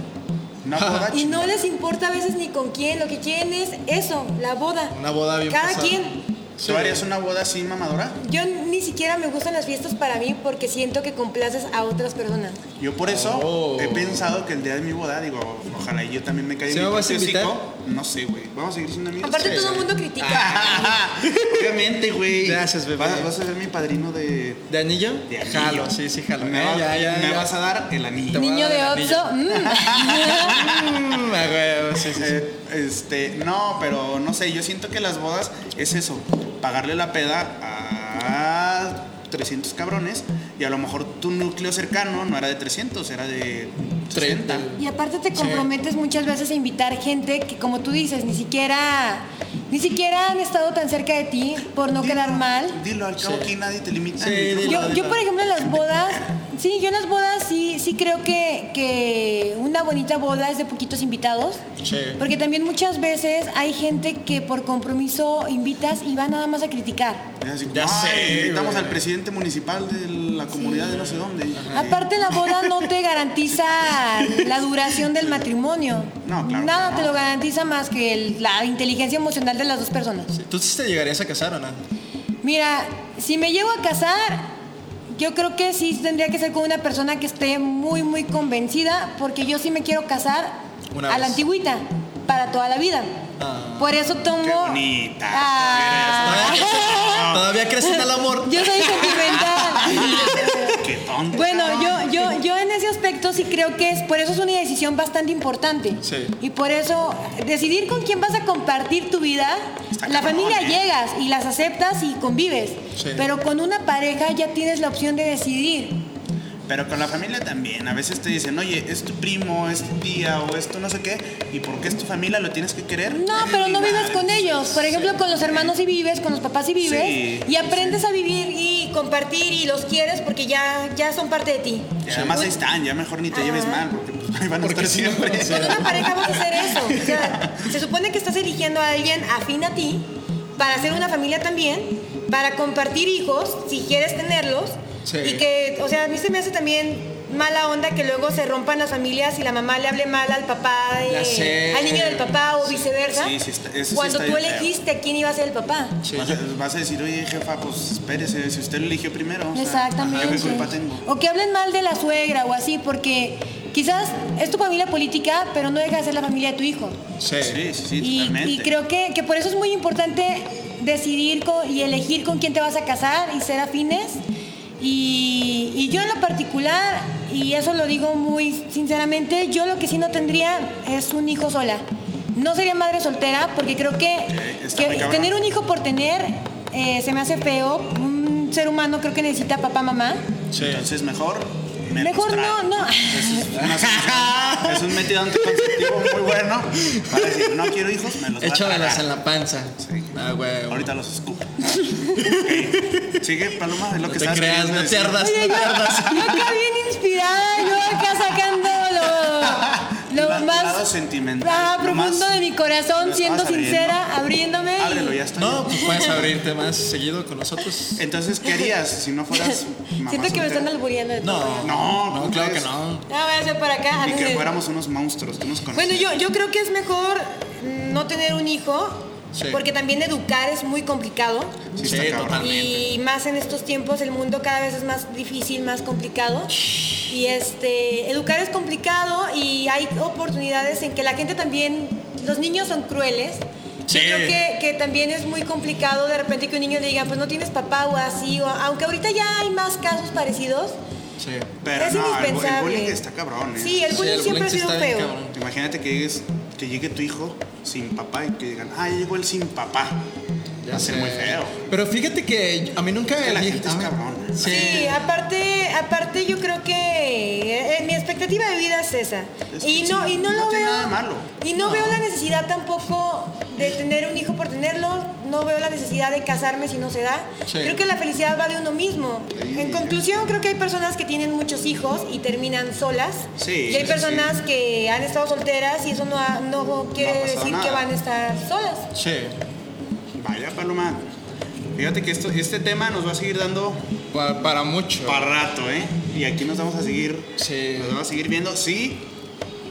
Una boda Y Ah, chingona. no les importa a veces ni con quién, lo que quieren es eso, la boda. Una boda bien Cada pasada. quien. ¿Tú harías una boda así mamadora? Yo ni siquiera me gustan las fiestas para mí porque siento que complaces a otras personas. Yo por eso Oh. he pensado que el día de mi boda, digo, ojalá y yo también me caiga ¿Sí en me mi vas a propio invitar? hocico. No sé, güey. Vamos a seguir siendo amigos. Aparte todo el mundo critica. Obviamente, güey. Gracias, bebé. Vas, vas a ser mi padrino de. ¿De anillo? de anillo. Jalo, sí, sí, jalo. Me, Eh, va- ya, ya, me ya. vas a dar el anillo. voy a Niño dar de el Oxxo. mm. Mm, a huevo, sí, sí, sí. Eh, este, no, pero no sé, yo siento que las bodas es eso, pagarle la peda a 300 cabrones y a lo mejor tu núcleo cercano no era de 300, era de 30. Mm. y aparte te comprometes muchas veces a invitar gente que, como tú dices, ni siquiera, ni siquiera han estado tan cerca de ti por no quedar mal. Dilo, al cabo aquí nadie te limita. Sí, Ni- dilo. Yo, yo, por ejemplo, en las bodas, sí, yo en las bodas sí, sí creo que, que una bonita boda es de poquitos invitados. Sí. Porque también muchas veces hay gente que por compromiso invitas y va nada más a criticar. Es así, Ya "Ay, sé, Invitamos güey. al presidente municipal de la comunidad de no sé dónde. Aparte la boda no te garantiza la duración del matrimonio. No, claro que Nada no. te lo garantiza más que el- la inteligencia emocional de las dos personas. ¿Tú sí te llegarías a casar o no? Mira, si me llego a casar, yo creo que sí tendría que ser con una persona que esté muy, muy convencida, porque yo sí me quiero casar Una a vez. la antigüita, para toda la vida. Ah. Por eso tomo... Qué bonita. Ah, Todavía crees en el amor. yo soy sentimental. Qué tonto. Bueno, yo, yo, yo en ese aspecto sí creo que es, por eso es una decisión bastante importante. Sí. Y por eso decidir con quién vas a compartir tu vida, Está la cabrón, familia ¿eh? llegas y las aceptas y convives. Sí. Pero con una pareja ya tienes la opción de decidir. Pero con la familia también. A veces te dicen, oye, es tu primo, es tu tía o es tu no sé qué. ¿Y porque es tu familia lo tienes que querer? No, Ay, pero no madre. vives con ellos. Por ejemplo, con los hermanos sí vives, con los papás sí vives. Sí, y aprendes a vivir y compartir y los quieres porque ya, ya son parte de ti. Y además ahí están, ya mejor ni te lleves mal, porque pues, ahí van a Porque estar sí, no, siempre. o sea, Con una pareja vas a hacer eso. O sea, se supone que estás eligiendo a alguien afín a ti para hacer una familia también, para compartir hijos, si quieres tenerlos. Sí. Y que, o sea, a mí se me hace también mala onda que luego se rompan las familias y la mamá le hable mal al papá, de- Ya sé. al niño del papá o viceversa. Sí, sí está- eso sí cuando está tú bien feo. elegiste quién iba a ser el papá. Sí. Vas, a, vas a decir, oye, jefa, pues espérese, si usted lo eligió primero. o sea, ¿yo Exactamente. ¿Qué culpa tengo? O que hablen mal de la suegra o así, porque Quizás es tu familia política, pero no deja de ser la familia de tu hijo. Sí. Sí, sí, sí, y, totalmente. y creo que, que por eso es muy importante decidir co- y elegir con quién te vas a casar y ser afines. Y, y yo en lo particular, y eso lo digo muy sinceramente, yo lo que sí no tendría es un hijo sola. No sería madre soltera porque creo que, Ok, está que muy cabrón. tener un hijo por tener eh, se me hace feo. Un ser humano creo que necesita papá, mamá. Sí. Entonces mejor. Mejor no, menos no. Una solución. es un metido anticonceptivo muy bueno para decir, no quiero hijos, me los voy a Échamelas tragar. en la panza. Sí. Ah, güey. Ahorita los escupo. Ok. Sigue, Paloma, es lo No que te estabas creas, queriendo no te decir. ardas, Oye, no te yo, ardas. yo acá bien inspirada, yo acá sacando lo, lo La- más lado sentimental, ah, lo profundo más- de mi corazón, lo siendo estabas sincera, abriéndome. y- Ábrelo, ya está. No, pues puedes abrirte más seguido con nosotros. Entonces, ¿qué harías si no fueras mamá Siento que me soltera? están albureando de todo. No, No, no, ¿cómo claro que crees? no. Ah, voy a hacer para acá. Y antes que de- fuéramos unos monstruos, tú nos conoces. Bueno, yo, yo creo que es mejor mm, no tener un hijo, Sí. porque también educar es muy complicado. Sí, Sí, está cabrón. totalmente. Y más en estos tiempos, el mundo cada vez es más difícil, más complicado. Y este, educar es complicado y hay oportunidades en que la gente también, los niños son crueles. Sí. Yo creo que, que también es muy complicado de repente que un niño le diga, pues no tienes papá o así, o, aunque ahorita ya hay más casos parecidos. Sí. Pero es no, el bu- el indispensable. bullying está cabrón, ¿eh? Sí, el Sí, bullying el siempre bullying ha sí sido está bien feo. cabrón. Imagínate que, llegues- que llegue tu hijo sin papá y que digan, ah, ya llegó el sin papá. Va a ser sé. muy feo. Pero fíjate que a mí nunca. que la vi- gente es ah, cabrón. Sí. Sí, aparte, aparte yo creo que eh, eh, mi expectativa de vida es esa. Es que y no, sí, y no, no lo tiene veo. nada de malo. Y no, veo la necesidad tampoco de tener un hijo por tenerlo. No veo la necesidad de casarme si no se da. Sí. Creo que la felicidad va de uno mismo. Sí. En conclusión, creo que hay personas que tienen muchos hijos y terminan solas. Sí, y hay sí, personas que han estado solteras y eso no, ha- no quiere No ha pasado decir que nada. van a estar solas. Sí. Vaya, Paloma. Fíjate que esto, este tema nos va a seguir dando Pa- para mucho. para rato, ¿eh? Y aquí nos vamos a seguir. Sí. Nos vamos a seguir viendo. Sí.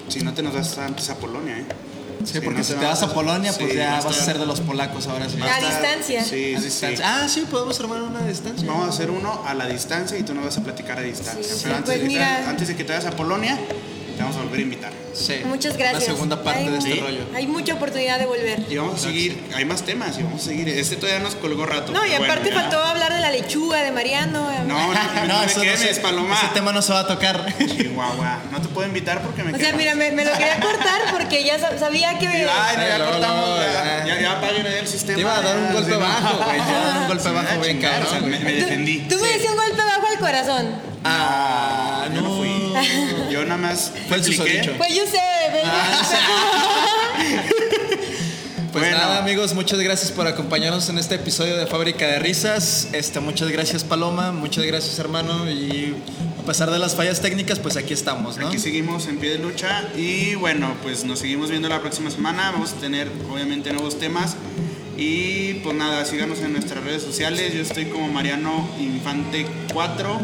Si no te nos vas antes a Polonia, ¿eh? Sí, Si porque no si te vas a Polonia, pues sí, ya va a vas a estar- ser de los polacos ahora sí. va A estar- distancia. Sí, sí, A sí. distancia. Ah, sí, podemos armar una distancia. Vamos a hacer uno a la distancia y tú nos vas a platicar a distancia. Sí, Pero sí, antes, pues de que te- mira. antes de que te vayas a Polonia, te vamos a volver a invitar. Sí. Muchas gracias. Una segunda parte Ay, de este sí. rollo. Hay mucha oportunidad de volver. Y vamos a Claro que seguir, hay más temas y vamos a seguir. Este todavía nos colgó rato. No, y pero aparte bueno, ya. faltó hablar de la lechuga de Mariano. No, no, no, me eso quemes, se- Paloma. Ese tema no se va a tocar. Chihuahua. No te puedo invitar porque me O sea, quemas. mira, me, me lo quería cortar porque ya sab- sabía que me... Ay, no, ya Ay, luego, cortamos. luego, ya, ah. ya, ya apaguen ahí el sistema. Te iba a dar un ya, golpe sí, bajo, no. güey. Te iba a dar un golpe Sí, bajo a bien chingar, cabrón, o sea, me, güey. me defendí. Tú me decías un golpe bajo al corazón. Ah, Yo no fui. Yo nada más Fue el repliqué. susodicho. Pues yo sé, baby. Ah. Pues Bueno. nada, amigos, muchas gracias por acompañarnos en este episodio de Fábrica de Risas. Este, muchas gracias, Paloma. Muchas gracias, hermano. Y a pesar de las fallas técnicas, pues aquí estamos, ¿no? Aquí seguimos en pie de lucha y bueno, pues nos seguimos viendo la próxima semana. Vamos a tener obviamente nuevos temas y pues nada, síganos en nuestras redes sociales. Yo estoy como Mariano Infante 4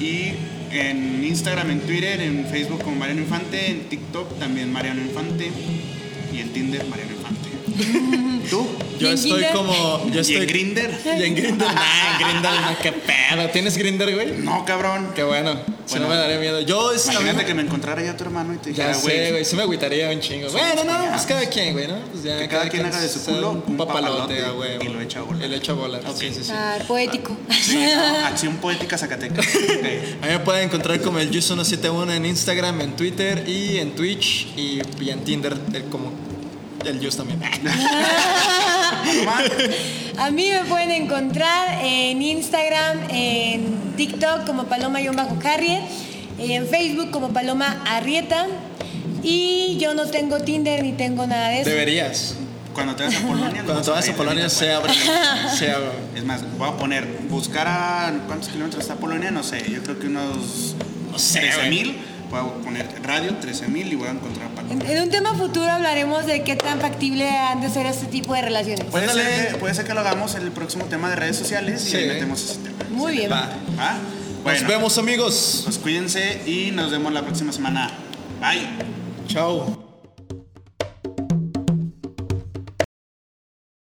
y en Instagram, en Twitter, en Facebook como Mariano Infante, en TikTok también Mariano Infante y en Tinder Mariano Infante. ¿Tú? Yo ¿Y en estoy Grindr? como. Yo ¿Y estoy, en Grinder? Y en Grindr. Nah, en Grindr, no, qué pedo. ¿Tienes Grindr, güey? No, cabrón. Qué bueno. Si Bueno. no me daré miedo. Yo es- Imagínate que me encontrara ya tu hermano y te dijera, Ya sé, güey. güey, se me agüitaría un chingo. Bueno, no, ya. pues cada quien, güey, ¿no? Pues ya, Que cada quien haga de su sea culo un papalote a huevo. y lo echa a volar. Y lo echa a volar, Ok. sí, sí, sí. Ah, poético. Sí, no, Acción Poética Zacatecas. Ok. A mí me pueden encontrar como el Just171 en Instagram, en Twitter y en Twitch y, y en Tinder eh, como el Just también. A mí me pueden encontrar en Instagram, en TikTok como Paloma-Harriet, en Facebook como Paloma Arrieta. Y yo no tengo Tinder ni tengo nada de eso. Deberías. Cuando te vas a Polonia. Cuando te vas a Polonia se abre. Se abre. Es más, voy a poner, buscar a cuántos kilómetros está Polonia, no sé, yo creo que unos No sé, 13.000. Voy a poner radio 13.000 y voy a encontrar a En, Paloma. en un tema futuro hablaremos de qué tan factible han de ser este tipo de relaciones. Puede ser, Ándale. que, puede ser que lo hagamos en el próximo tema de redes sociales y Sí. ahí metemos ese tema. Muy bien. Va. ¿Va? Nos Bueno, vemos amigos. pues cuídense y nos vemos la próxima semana. Bye. Chao.